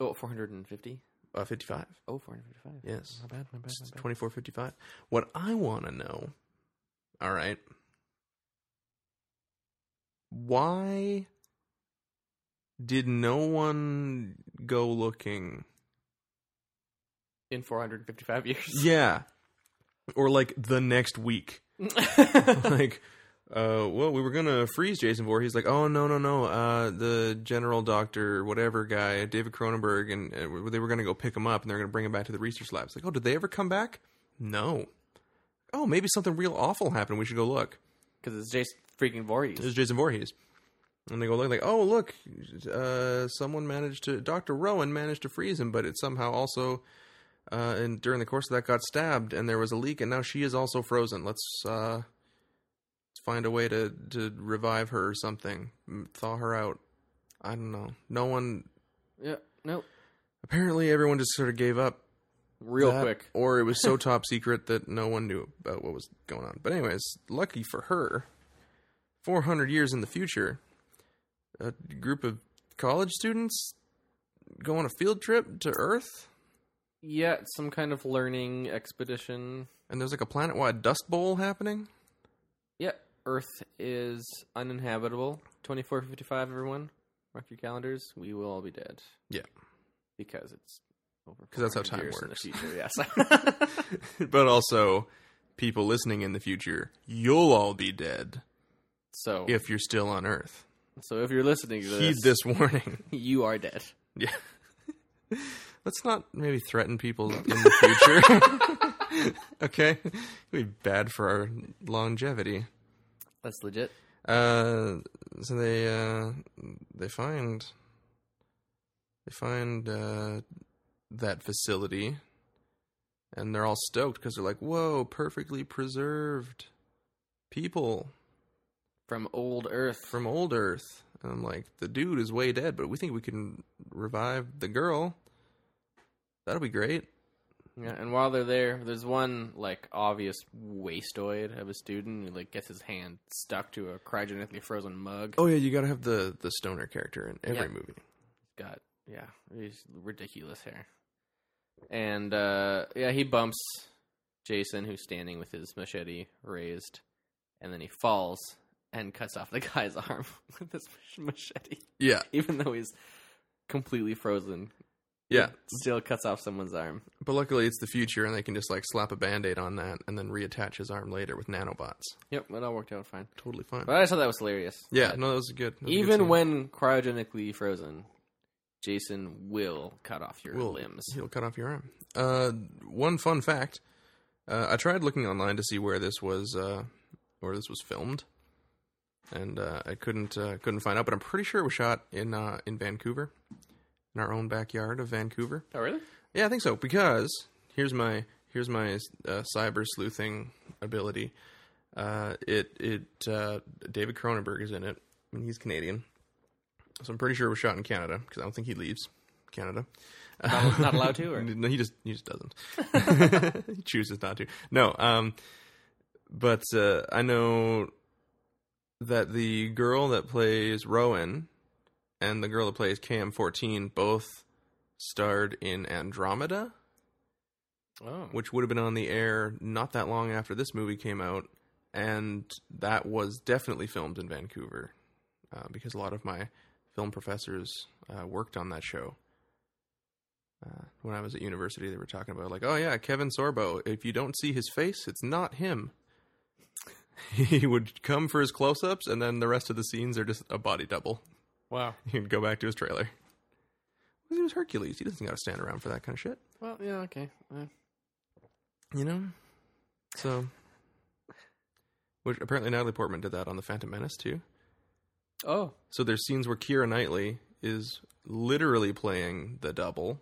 Speaker 2: Oh, 450?
Speaker 1: Uh, 55.
Speaker 2: Oh, 455.
Speaker 1: Yes.
Speaker 2: Not bad, not bad, not bad.
Speaker 1: 2455. What I want to know, all right, why did no one go looking?
Speaker 2: In 455 years.
Speaker 1: Yeah. Or like the next week. like, uh, well, we were going to freeze Jason Voorhees. Like, oh, no, no, no. Uh, the general doctor, whatever guy, David Cronenberg, and uh, they were going to go pick him up and they're going to bring him back to the research labs. Like, oh, did they ever come back? No. Oh, maybe something real awful happened. We should go look.
Speaker 2: Because it's Jason freaking Voorhees.
Speaker 1: It was Jason Voorhees. And they go look like, oh look, uh, someone managed to Doctor Rowan managed to freeze him, but it somehow also uh, and during the course of that got stabbed, and there was a leak, and now she is also frozen. Let's uh, let's find a way to to revive her or something, M- thaw her out. I don't know. No one.
Speaker 2: yeah, no.
Speaker 1: Apparently, everyone just sort of gave up
Speaker 2: Real
Speaker 1: that,
Speaker 2: quick.
Speaker 1: or it was so top secret that no one knew about what was going on. But anyways, lucky for her, 400 years in the future, a group of college students go on a field trip to Earth,
Speaker 2: Yeah, some kind of learning expedition.
Speaker 1: and there's like a planet-wide dust bowl happening.
Speaker 2: Yeah, Earth is uninhabitable. 2455, everyone. Mark your calendars. We will all be dead.
Speaker 1: Yeah,
Speaker 2: Because it's over.
Speaker 1: 'Cause that's how
Speaker 2: 400
Speaker 1: time
Speaker 2: years
Speaker 1: works.
Speaker 2: In the future, yes.
Speaker 1: but also people listening in the future, you'll all be dead
Speaker 2: so, if,
Speaker 1: if you're still on Earth.
Speaker 2: so if you're listening to
Speaker 1: Heed
Speaker 2: this,
Speaker 1: this warning.
Speaker 2: you are dead.
Speaker 1: Yeah. Let's not maybe threaten people in the future. okay? It would be bad for our longevity.
Speaker 2: That's legit.
Speaker 1: Uh, so they uh, they find they find uh, that facility, and they're all stoked because they're like, "Whoa, perfectly preserved people
Speaker 2: From old Earth.
Speaker 1: from old Earth." And I'm like, "The dude is way dead, but we think we can revive the girl. That'll be great."
Speaker 2: Yeah, and while they're there, there's one like obvious wastoid of a student who like gets his hand stuck to a cryogenically frozen mug.
Speaker 1: Oh yeah, you gotta have the the stoner character in every
Speaker 2: Yeah.
Speaker 1: movie.
Speaker 2: God, yeah, he's ridiculous hair. And uh, yeah, he bumps Jason, who's standing with his machete raised, and then he falls and cuts off the guy's arm with his machete,
Speaker 1: Yeah,
Speaker 2: even though he's completely frozen.
Speaker 1: yeah.
Speaker 2: Still cuts off someone's arm.
Speaker 1: But luckily, it's the future, and they can just like slap a band-aid on that, and then reattach his arm later with nanobots.
Speaker 2: Yep, it all worked out fine.
Speaker 1: Totally fine.
Speaker 2: But I just thought that was hilarious.
Speaker 1: yeah, no, that was good. that was a good
Speaker 2: Even
Speaker 1: scene.
Speaker 2: when cryogenically frozen, Jason will cut off your
Speaker 1: Will-
Speaker 2: limbs.
Speaker 1: he'll cut off your arm. Uh, one fun fact: uh, I tried looking online to see where this was, uh, where this was filmed, and uh, I couldn't uh, couldn't find out. But I'm pretty sure it was shot in uh, in Vancouver, in our own backyard of Vancouver.
Speaker 2: Oh, really?
Speaker 1: Yeah, I think so. Because here's my here's my uh, cyber sleuthing ability. Uh, it it uh, David Cronenberg is in it, and he's Canadian, so I'm pretty sure it was shot in Canada because I don't think he leaves Canada.
Speaker 2: Not, not allowed to, or
Speaker 1: No, he just he just doesn't. he chooses not to. No, um, but uh, I know that the girl that plays Rowan and the girl that plays Cam fourteen both starred in Andromeda,
Speaker 2: oh,
Speaker 1: which would have been on the air not that long after this movie came out, and that was definitely filmed in Vancouver uh, because a lot of my film professors uh, worked on that show. Uh, when I was at university, they were talking about like, oh yeah, Kevin Sorbo. If you don't see his face, it's not him. he would come for his close-ups, and then the rest of the scenes are just a body double.
Speaker 2: Wow.
Speaker 1: He'd go back to his trailer. He was Hercules. He doesn't got to stand around for that kind of shit,
Speaker 2: Well, yeah, okay. Uh,
Speaker 1: you know. So, which apparently Natalie Portman did that on the Phantom Menace too.
Speaker 2: oh,
Speaker 1: So there's scenes where Kira Knightley is literally playing the double,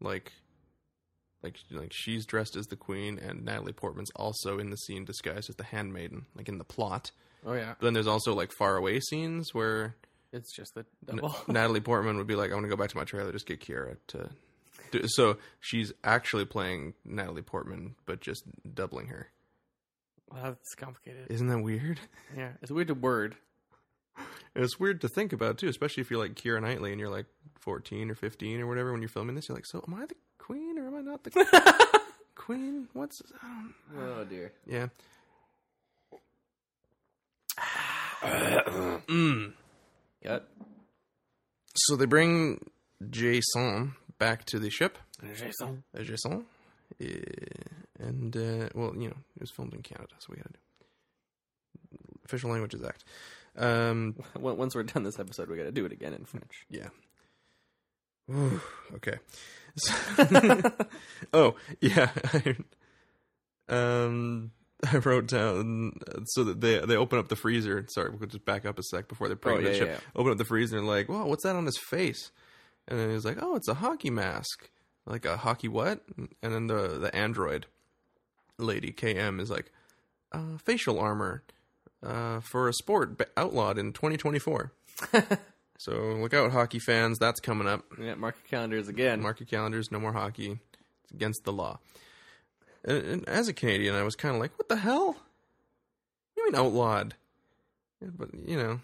Speaker 1: like, like like she's dressed as the queen, and Natalie Portman's also in the scene disguised as the handmaiden, like in the plot.
Speaker 2: oh yeah.
Speaker 1: But then there's also like far away scenes where
Speaker 2: It's just the
Speaker 1: N-
Speaker 2: double.
Speaker 1: Natalie Portman would be like, "I want to go back to my trailer, just get Kira to." do-" So she's actually playing Natalie Portman, but just doubling her.
Speaker 2: wow, that's complicated.
Speaker 1: Isn't that weird?
Speaker 2: Yeah, it's a weird word.
Speaker 1: And it's weird to think about too, especially if you're like Kira Knightley and you're like 14 or 15 or whatever when you're filming this. You're like, so am I the queen or am I not the queen? What's I don't,
Speaker 2: Oh dear.
Speaker 1: yeah?
Speaker 2: Got
Speaker 1: So they bring Jason back to the ship.
Speaker 2: Jason.
Speaker 1: uh, Jason, uh, and uh, well, you know, it was filmed in Canada, so we had to do official languages act. Um,
Speaker 2: Well, Once we're done this episode, we got to do it again in French.
Speaker 1: Yeah. Ooh, okay. oh yeah. um, I wrote down uh, so that they they open up the freezer. Sorry, we'll just back up a sec before they're
Speaker 2: Oh,
Speaker 1: putting
Speaker 2: yeah,
Speaker 1: the chip.
Speaker 2: yeah.
Speaker 1: Open up the freezer and like, wow, what's that on his face? And then he's like, oh, it's a hockey mask. Like a hockey what? And then the the android lady KM is like, uh, facial armor uh, for a sport ba- outlawed in 2024. so look out, hockey fans. That's coming up.
Speaker 2: Yeah, mark your calendars again.
Speaker 1: Mark your calendars. No more hockey. It's against the law. And, and as a Canadian, I was kind of like, what the hell? You mean outlawed? Yeah, but you know,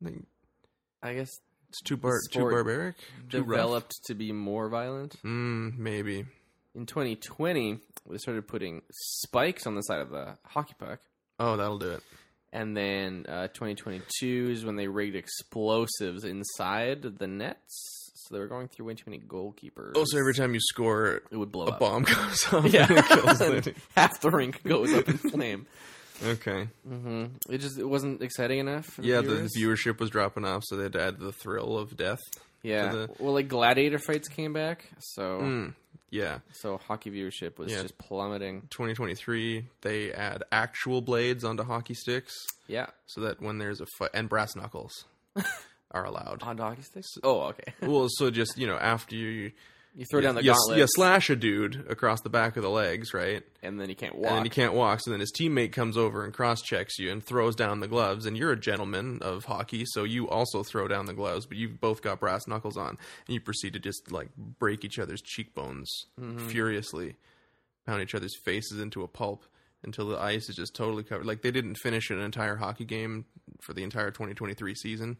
Speaker 1: like,
Speaker 2: I guess
Speaker 1: it's too bar- too
Speaker 2: Sport
Speaker 1: barbaric. Too rough.
Speaker 2: developed to be more violent.
Speaker 1: Mm, maybe.
Speaker 2: In 2020, they started putting spikes on the side of the hockey puck.
Speaker 1: Oh, that'll do it.
Speaker 2: And then uh, 2022 is when they rigged explosives inside the nets. So they were going through way too many goalkeepers.
Speaker 1: Also, Oh, every time you score,
Speaker 2: it would blow
Speaker 1: a
Speaker 2: up.
Speaker 1: bomb goes off.
Speaker 2: Yeah,
Speaker 1: and it kills
Speaker 2: And
Speaker 1: the-
Speaker 2: half the rink goes up in flame.
Speaker 1: Okay.
Speaker 2: hmm It just it wasn't exciting enough. For the
Speaker 1: yeah,
Speaker 2: viewers.
Speaker 1: the viewership was dropping off, so they had to add the thrill of death.
Speaker 2: Yeah,
Speaker 1: to the-
Speaker 2: well, like gladiator fights came back, so
Speaker 1: Mm, yeah.
Speaker 2: so hockey viewership was
Speaker 1: Yeah.
Speaker 2: just plummeting.
Speaker 1: 2023, they add actual blades onto hockey sticks
Speaker 2: Yeah,
Speaker 1: so that when there's a fight, and brass knuckles are allowed.
Speaker 2: on hockey sticks. Oh, okay.
Speaker 1: well, so just, you know, after you,
Speaker 2: You throw down the
Speaker 1: you,
Speaker 2: gauntlet,
Speaker 1: you slash a dude across the back of the legs, right?
Speaker 2: and then you can't
Speaker 1: And
Speaker 2: walk.
Speaker 1: then he can't walk. So then his teammate comes over and cross checks you and throws down the gloves. And you're a gentleman of hockey, so you also throw down the gloves, but you've both got brass knuckles on. And you proceed to just like break each other's cheekbones
Speaker 2: Mm-hmm.
Speaker 1: furiously, pound each other's faces into a pulp until the ice is just totally covered. Like they didn't finish an entire hockey game for the entire 2023 season.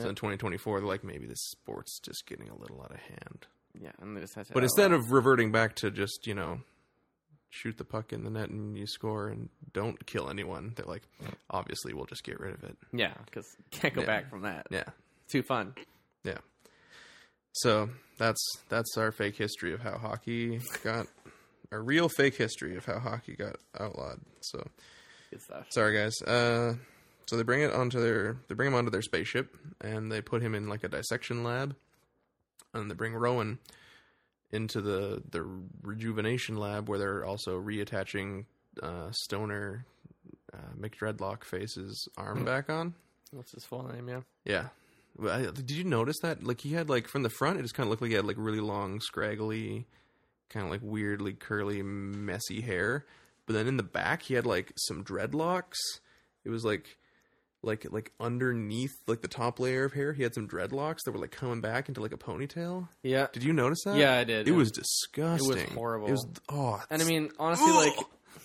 Speaker 1: So in 2024, they're like, maybe this sport's just getting a little out of hand.
Speaker 2: Yeah, and they just had to.
Speaker 1: But instead of reverting back to just, you know, shoot the puck in the net and you score and don't kill anyone, they're like, obviously we'll just get rid of it.
Speaker 2: yeah, because can't go
Speaker 1: Yeah.
Speaker 2: back from that.
Speaker 1: Yeah.
Speaker 2: Too fun.
Speaker 1: Yeah. So that's that's our fake history of how hockey got a real fake history of how hockey got outlawed. So
Speaker 2: Good stuff.
Speaker 1: sorry guys. Uh so they bring it onto their they bring him onto their spaceship and they put him in like a dissection lab and they bring Rowan into the the rejuvenation lab where they're also reattaching uh stoner uh McDreadlock face's arm back on.
Speaker 2: What's his full name? Yeah.
Speaker 1: Yeah. Well, I- Did you notice that? Like he had like from the front, it just kind of looked like he had like really long, scraggly, kind of like weirdly curly, messy hair. But then in the back, he had like some dreadlocks. It was like, like, like underneath like the top layer of hair, he had some dreadlocks that were like coming back into like a ponytail.
Speaker 2: Yeah.
Speaker 1: Did you notice that?
Speaker 2: Yeah, I did.
Speaker 1: It
Speaker 2: It-
Speaker 1: was disgusting.
Speaker 2: horrible.
Speaker 1: It was oh,
Speaker 2: And I mean, honestly, like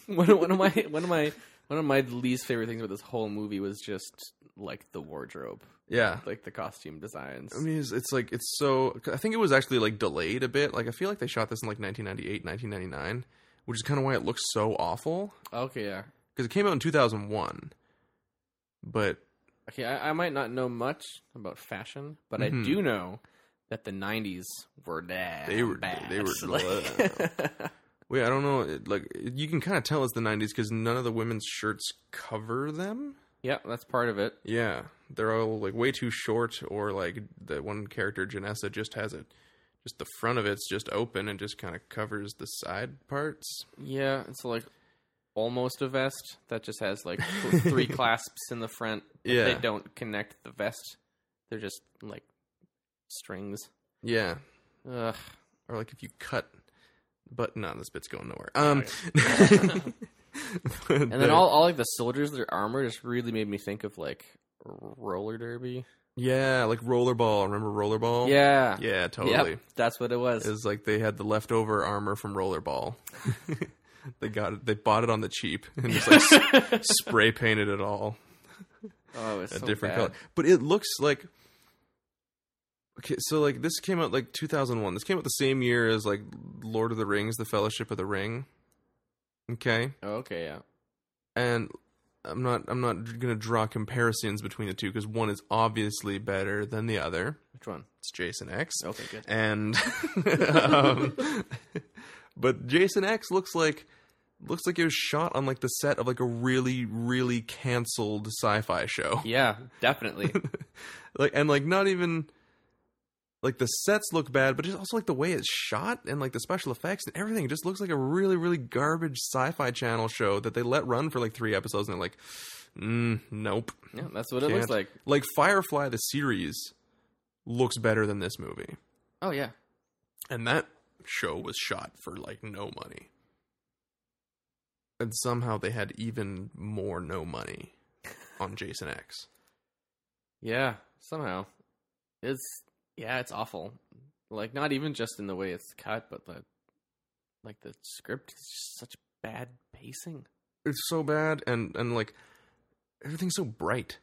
Speaker 2: one, one of my one of my one of my least favorite things about this whole movie was just like the wardrobe,
Speaker 1: yeah.
Speaker 2: like the costume designs.
Speaker 1: I mean, it's, it's like it's so. I think it was actually like delayed a bit. Like I feel like they shot this in like 1998, 1999, which is kind of why it looks so awful.
Speaker 2: okay, yeah,
Speaker 1: because it came out in 2001. But
Speaker 2: Okay, I, I might not know much about fashion, but I
Speaker 1: Mhm.
Speaker 2: do know that the '90s were damn
Speaker 1: They were-
Speaker 2: Oh, bad.
Speaker 1: they were
Speaker 2: Like-
Speaker 1: wait, I don't know. It, like you can kind of tell it's the 90s because none of the women's shirts cover them.
Speaker 2: yeah, that's part of it.
Speaker 1: Yeah, they're all like way too short, or like the one character Janessa just has it, just the front of it's just open and just kind of covers the side parts.
Speaker 2: Yeah, it's like almost a vest that just has like th- three clasps in the front. but they
Speaker 1: Yeah.
Speaker 2: don't connect the vest. They're just like strings.
Speaker 1: Yeah,
Speaker 2: Ugh.
Speaker 1: or like if you cut, but no, this bit's going nowhere. Um,
Speaker 2: And then all, all like the soldiers, their armor just really made me think of like r- roller derby.
Speaker 1: yeah, like rollerball. Remember rollerball?
Speaker 2: Yeah,
Speaker 1: Oh, yeah,
Speaker 2: Yep,
Speaker 1: totally.
Speaker 2: that's what it was.
Speaker 1: It was like they had the leftover armor from rollerball. they got it. They bought it on the cheap and just like s- spray painted it all.
Speaker 2: oh, it's
Speaker 1: a different color. But it looks like okay. So like this came out like 2001. This came out the same year as like Lord of the Rings, The Fellowship of the Ring. Okay,
Speaker 2: Okay, yeah.
Speaker 1: and I'm not I'm not gonna draw comparisons between the two because one is obviously better than the other.
Speaker 2: Which one?
Speaker 1: It's Jason X.
Speaker 2: Okay, good.
Speaker 1: And um, but Jason X looks like looks like it was shot on like the set of like a really really canceled sci-fi show.
Speaker 2: Yeah, definitely.
Speaker 1: like and like not even like the sets look bad, but just also like the way it's shot and like the special effects and everything. It just looks like a really, really garbage sci-fi channel show that they let run for like three episodes and they're like, mm, nope.
Speaker 2: yeah, that's what it looks
Speaker 1: can't."
Speaker 2: like.
Speaker 1: Like Firefly the series looks better than this movie.
Speaker 2: Oh yeah,
Speaker 1: And that show was shot for like no money. And somehow they had even more no money on Jason X.
Speaker 2: yeah. Somehow, it's yeah, it's awful. Like not even just in the way it's cut, but the like the script is just such bad pacing.
Speaker 1: it's so bad and and like everything's so bright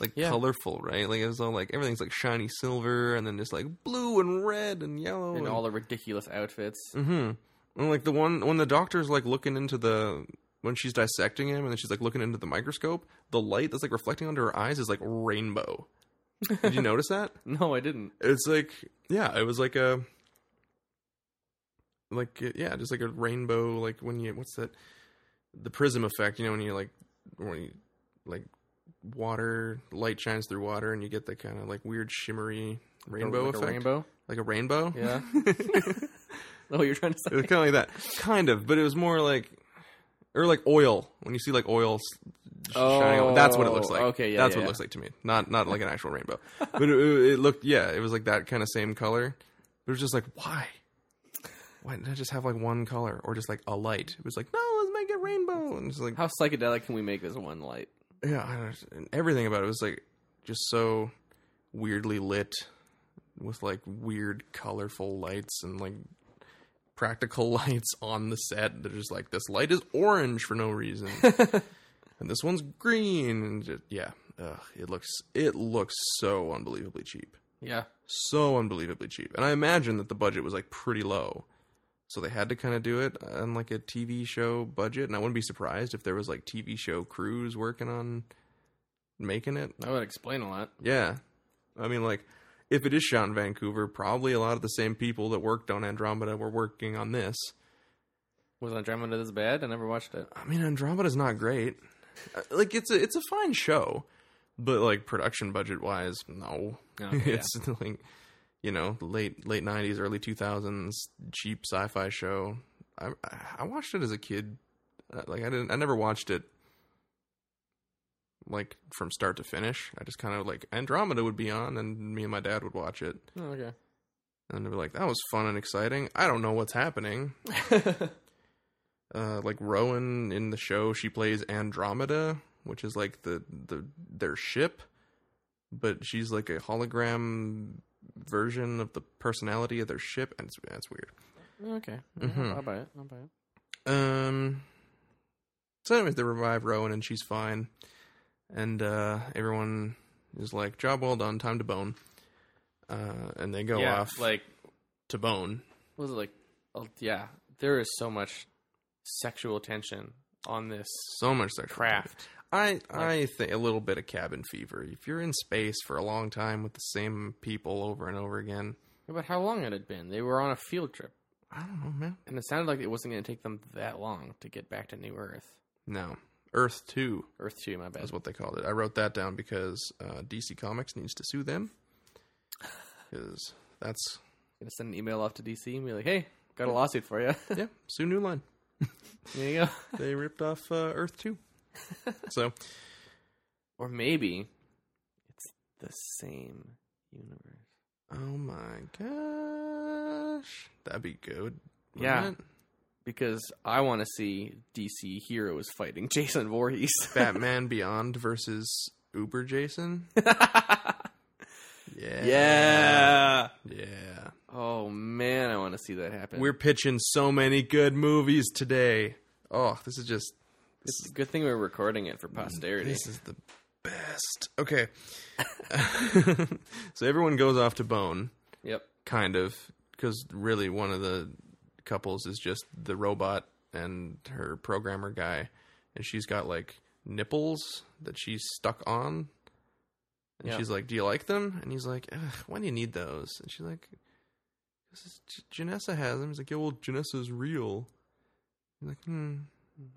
Speaker 1: like
Speaker 2: Yeah.
Speaker 1: colorful right like it's all like everything's like shiny silver and then just like blue and red and yellow
Speaker 2: and all the ridiculous outfits.
Speaker 1: hmm and like the one when the doctor's like looking into the when she's dissecting him and then she's like looking into the microscope the light that's like reflecting onto her eyes is like rainbow did you notice that
Speaker 2: No, I didn't.
Speaker 1: it's like yeah it was like a like uh, yeah just like a rainbow like when you what's that the prism effect you know when you like when you like water light shines through water and you get the kind of like weird shimmery rainbow
Speaker 2: Like a
Speaker 1: effect
Speaker 2: rainbow.
Speaker 1: like a rainbow
Speaker 2: Yeah. oh, you're trying to
Speaker 1: it
Speaker 2: say.
Speaker 1: was kind of like that kind of but it was more like or like oil when you see like oil s- shining on- that's what it looks
Speaker 2: Oh,
Speaker 1: like
Speaker 2: okay, yeah,
Speaker 1: that's
Speaker 2: yeah,
Speaker 1: what
Speaker 2: yeah.
Speaker 1: it looks like to me not not like an actual rainbow but it, it looked yeah it was like that kind of same color it was just like why why didn't i just have like one color or just like a light it was like no let's make it rainbow and it's like
Speaker 2: How psychedelic can we make this one light?
Speaker 1: yeah I don't, and everything about it was like just so weirdly lit with like weird colorful lights and like practical lights on the set they're just like this light is orange for no reason and this one's green and just, yeah Ugh, it looks it looks so unbelievably cheap
Speaker 2: Yeah.
Speaker 1: so unbelievably cheap and i imagine that the budget was like pretty low so they had to kind of do it on like a tv show budget and i wouldn't be surprised if there was like tv show crews working on making it
Speaker 2: That would explain a lot.
Speaker 1: yeah. I mean, like, if it is shot in Vancouver, probably a lot of the same people that worked on Andromeda were working on this.
Speaker 2: Was Andromeda this bad? I never watched it.
Speaker 1: I mean, Andromeda's not great. Uh, Like, it's a it's a fine show, but like production budget wise, no.
Speaker 2: Okay, yeah.
Speaker 1: it's like, you know, late late nineties, early two thousands, cheap sci fi show. I I watched it as a kid. Uh, Like, I didn't. I never watched it. Like from start to finish, I just kind of like Andromeda would be on, and me and my dad would watch it.
Speaker 2: Oh, okay.
Speaker 1: and they'd be like, "That was fun and exciting." I don't know what's happening. uh, like Rowan in the show, she plays Andromeda, which is like the the their ship, but she's like a hologram version of the personality of their ship, and it's, it's weird.
Speaker 2: Okay.
Speaker 1: Mhm.
Speaker 2: I'll buy it. I'll buy it.
Speaker 1: Um. So, anyways, they revive Rowan, and she's fine, and uh, everyone is like, "Job well done, time to bone," uh, and they go
Speaker 2: yeah.
Speaker 1: off
Speaker 2: Like,
Speaker 1: to bone.
Speaker 2: what was it like? oh, yeah. There is so much sexual tension
Speaker 1: on this so much sexual content.
Speaker 2: craft.
Speaker 1: I I think a little bit of cabin fever. If you're in space for a long time with the same people over and over again,
Speaker 2: Yeah, But how long had it been? They were on a field trip,
Speaker 1: I don't know, man.
Speaker 2: and it sounded like it wasn't going to take them that long to get back to New Earth.
Speaker 1: No, Earth Two
Speaker 2: Earth 2, my bad.
Speaker 1: is what they called it. I wrote that down because uh, DC Comics needs to sue them because that's
Speaker 2: going to send an email off to DC and be like, hey, got a lawsuit for you.
Speaker 1: yeah, sue New Line.
Speaker 2: there you go.
Speaker 1: They ripped off uh, Earth Two, so
Speaker 2: Or maybe it's the same universe.
Speaker 1: oh my gosh, that'd be good. wouldn't
Speaker 2: Yeah.
Speaker 1: it?
Speaker 2: Because I want to see DC heroes fighting Jason Voorhees.
Speaker 1: Batman Beyond versus Uber Jason. yeah.
Speaker 2: yeah.
Speaker 1: Yeah.
Speaker 2: Oh, man, I want to see that happen.
Speaker 1: We're pitching so many good movies today. Oh, this is just
Speaker 2: It's a good thing we're recording it for posterity.
Speaker 1: this is the best. Okay. so everyone goes off to Bone,
Speaker 2: Yep.
Speaker 1: kind of, because really one of the couples is just the robot and her programmer guy, and she's got like nipples that she's stuck on. And
Speaker 2: Yeah.
Speaker 1: she's like, "Do you like them?" And he's like, Ugh, "Why do you need those?" And she's like, "This is J- Janessa has them." He's like, "Yeah, well, Janessa's real." He's like, "Hmm."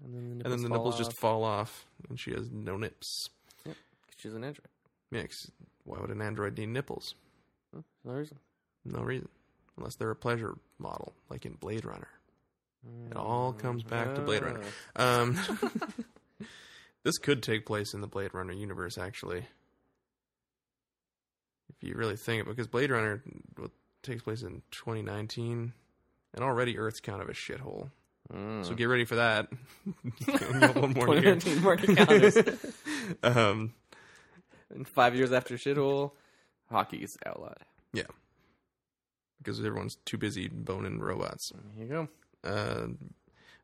Speaker 2: And then the nipples,
Speaker 1: And then the
Speaker 2: fall
Speaker 1: nipples
Speaker 2: off.
Speaker 1: just fall off, and she has no nips.
Speaker 2: She's an android.
Speaker 1: Yeah, 'cause why would an android need nipples?
Speaker 2: No reason.
Speaker 1: No reason, unless they're a pleasure model, like in Blade Runner. It all comes back to Blade Runner. Um, this could take place in the Blade Runner universe, actually. If you really think it, because Blade Runner well, takes place in 2019, and already Earth's kind of a shithole. So get ready for that. You got one more year.
Speaker 2: 2019 more to count is-
Speaker 1: Um,
Speaker 2: and five years after shithole, hockey's outlawed.
Speaker 1: yeah, because everyone's too busy boning robots.
Speaker 2: Here you go.
Speaker 1: uh,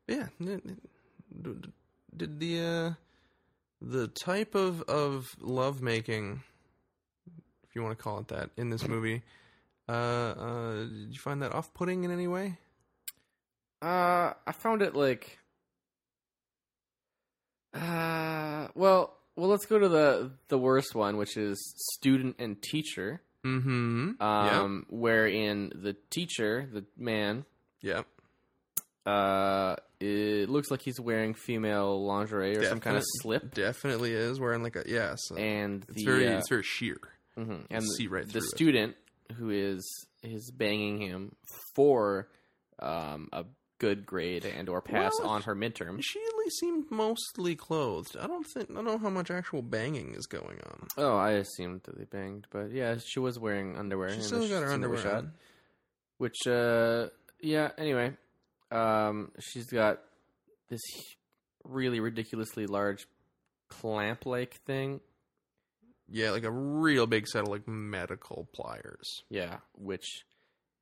Speaker 1: yeah. n- n- d- d- Did the uh, the type of of love making, if you want to call it that, in this movie, uh, uh, did you find that off putting in any way?
Speaker 2: Uh, I found it like. Uh, well, well, let's go to the the worst one, which is student and teacher.
Speaker 1: Mm-hmm.
Speaker 2: Um, wherein the teacher, the man,
Speaker 1: yeah. Yeah.
Speaker 2: uh, it looks like he's wearing female lingerie or some kind of
Speaker 1: Definite-
Speaker 2: slip,
Speaker 1: Definitely is wearing like a yeah. So
Speaker 2: and
Speaker 1: it's
Speaker 2: the
Speaker 1: very
Speaker 2: uh,
Speaker 1: it's very sheer.
Speaker 2: Mhm. and
Speaker 1: see right
Speaker 2: the
Speaker 1: through it.
Speaker 2: student who is is banging him for um, a good grade and or pass
Speaker 1: Well,
Speaker 2: on her midterm.
Speaker 1: She at least seemed mostly clothed. I don't think I don't know how much actual banging is going on.
Speaker 2: Oh, I assumed that they banged, but yeah, she was wearing underwear.
Speaker 1: She
Speaker 2: and
Speaker 1: still
Speaker 2: the
Speaker 1: got her
Speaker 2: scene that
Speaker 1: underwear
Speaker 2: was shot,
Speaker 1: on.
Speaker 2: Which, uh, yeah. Anyway, um, she's got this h- really ridiculously large clamp-like thing.
Speaker 1: Yeah, like a real big set of like medical pliers.
Speaker 2: Yeah, which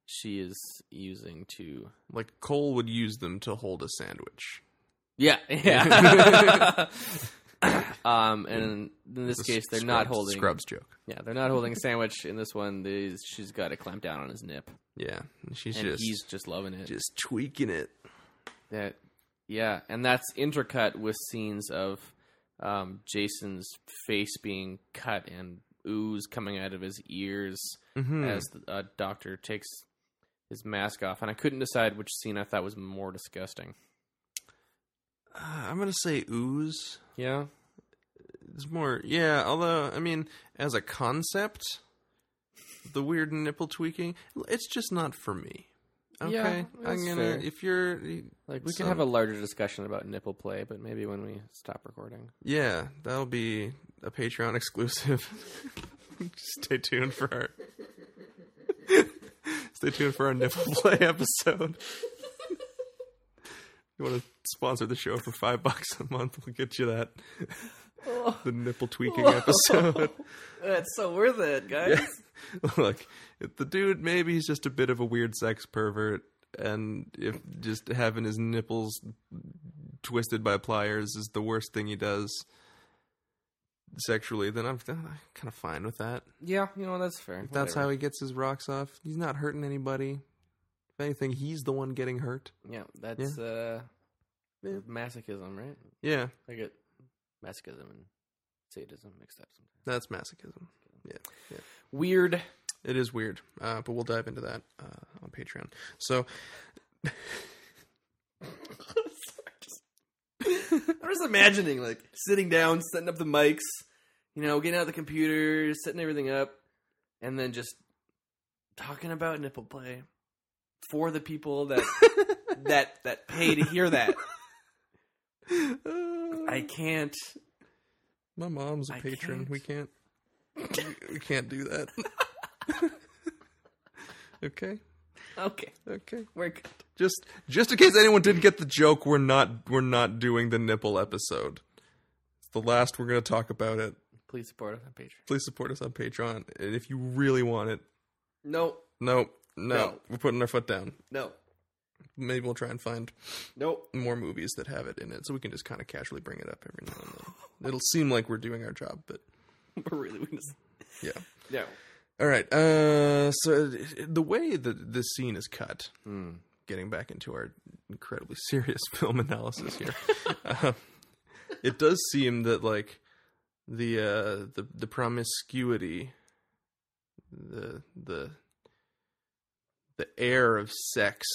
Speaker 2: she is using to.
Speaker 1: Like Cole would use them to hold a sandwich.
Speaker 2: Yeah, yeah. um, and in this
Speaker 1: The
Speaker 2: case, they're
Speaker 1: Scrubs-
Speaker 2: not holding.
Speaker 1: Scrubs joke.
Speaker 2: Yeah, they're not holding a sandwich. In this one, they, she's got it clamped down on his nip,
Speaker 1: Yeah, and she's
Speaker 2: and
Speaker 1: just
Speaker 2: he's just loving it.
Speaker 1: just tweaking it.
Speaker 2: That yeah, and that's intercut with scenes of um, Jason's face being cut and ooze coming out of his ears
Speaker 1: Mhm.
Speaker 2: as the uh, doctor takes his mask off. And I couldn't decide which scene I thought was more disgusting.
Speaker 1: Uh, I'm gonna say ooze.
Speaker 2: Yeah,
Speaker 1: It's more yeah. Although I mean, as a concept, the weird nipple tweaking, it's just not for me. Okay,
Speaker 2: Yeah, that's
Speaker 1: I'm gonna
Speaker 2: fair.
Speaker 1: if you're
Speaker 2: like we
Speaker 1: some-
Speaker 2: can have a larger discussion about nipple play, but maybe when we stop recording.
Speaker 1: yeah, that'll be a Patreon exclusive. Stay tuned for our. Stay tuned for our nipple play episode. you want to sponsor the show for five bucks a month? We'll get you that. the nipple tweaking episode.
Speaker 2: That's so worth it, guys.
Speaker 1: Look, if the dude maybe he's just a bit of a weird sex pervert, and if just having his nipples twisted by pliers is the worst thing he does sexually, then I'm, I'm kind of fine with that.
Speaker 2: Yeah, you know that's fair.
Speaker 1: If that's how he gets his rocks off, he's not hurting anybody. If anything, he's the one getting hurt.
Speaker 2: Yeah, that's uh
Speaker 1: Yeah.
Speaker 2: Masochism, right?
Speaker 1: Yeah,
Speaker 2: I get masochism and sadism mixed up sometimes.
Speaker 1: that's masochism. Yeah, yeah.
Speaker 2: Weird.
Speaker 1: It is weird, uh, but we'll dive into that uh, on Patreon. So
Speaker 2: I'm just imagining like sitting down, setting up the mics, you know, getting out the computer, setting everything up, and then just talking about nipple play for the people that that that pay to hear that. I can't.
Speaker 1: my mom's a
Speaker 2: I
Speaker 1: patron.
Speaker 2: can't.
Speaker 1: We can't. we can't do that. okay.
Speaker 2: Okay,
Speaker 1: Okay.
Speaker 2: we're good.
Speaker 1: Just just in case anyone didn't get the joke, we're not we're not doing the nipple episode. It's the last we're going to talk about it.
Speaker 2: Please support us on Patreon.
Speaker 1: Please support us on Patreon, and if you really want it,
Speaker 2: No,
Speaker 1: no, no,
Speaker 2: No.
Speaker 1: we're putting our foot down.
Speaker 2: no,
Speaker 1: Maybe we'll try and find
Speaker 2: no.
Speaker 1: more movies that have it in it, so we can just kind of casually bring it up every now and then. It'll seem like we're doing our job, but
Speaker 2: We're really we just
Speaker 1: yeah.
Speaker 2: no.
Speaker 1: All right. Uh, so the way that this scene is cut, getting back into our incredibly serious film analysis here, uh, it does seem that like the uh, the the promiscuity, the the the air of sex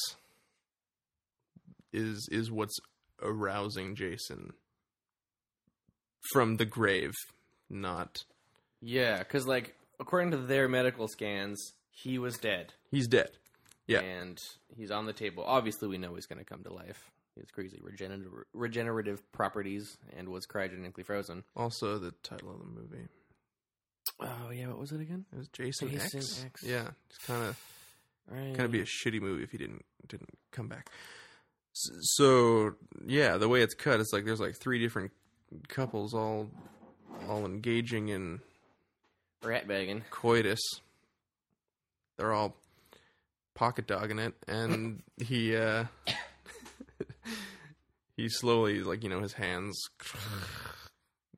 Speaker 1: is is what's arousing Jason from the grave, not
Speaker 2: Yeah, because like according to their medical scans, he was dead.
Speaker 1: he's dead. Yeah.
Speaker 2: and he's on the table. Obviously, we know he's going to come to life. He has crazy regenerative regenerative properties and was cryogenically frozen.
Speaker 1: Also, the title of the movie
Speaker 2: Oh yeah, what was it again?
Speaker 1: it was Jason,
Speaker 2: Jason
Speaker 1: X.
Speaker 2: X.
Speaker 1: Yeah, it's kind of
Speaker 2: Right.
Speaker 1: kind of be a shitty movie if he didn't didn't come back. S- So yeah, the way it's cut, it's like there's like three different couples all all engaging in
Speaker 2: rat bagging.
Speaker 1: coitus. They're all pocket dogging it, and he uh he slowly like you know his hands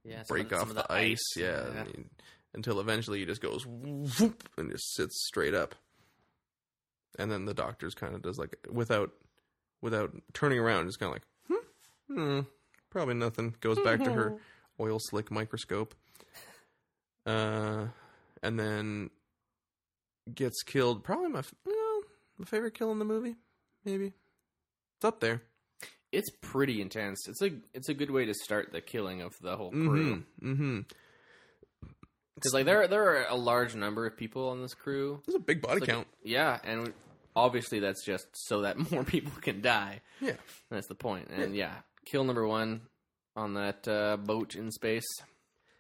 Speaker 2: Yeah, some
Speaker 1: break
Speaker 2: of
Speaker 1: off
Speaker 2: some of
Speaker 1: the, ice, yeah,
Speaker 2: Yeah.
Speaker 1: and he- until eventually he just goes whoop and just sits straight up. And then the doctor's kind of does like without without turning around, just kind of like hmm, hmm, probably nothing. Goes back to her oil slick microscope, uh, and then gets killed. Probably my f- well, my favorite kill in the movie, maybe. It's up there.
Speaker 2: It's pretty intense. It's a it's a good way to start the killing of the whole crew
Speaker 1: Mm-hmm. mm-hmm.
Speaker 2: because like there there are a large number of people on this crew.
Speaker 1: There's a big body
Speaker 2: Like,
Speaker 1: count.
Speaker 2: Yeah, and obviously that's just so that more people can die.
Speaker 1: Yeah.
Speaker 2: That's the point. And yeah, kill number one on that uh, boat in space.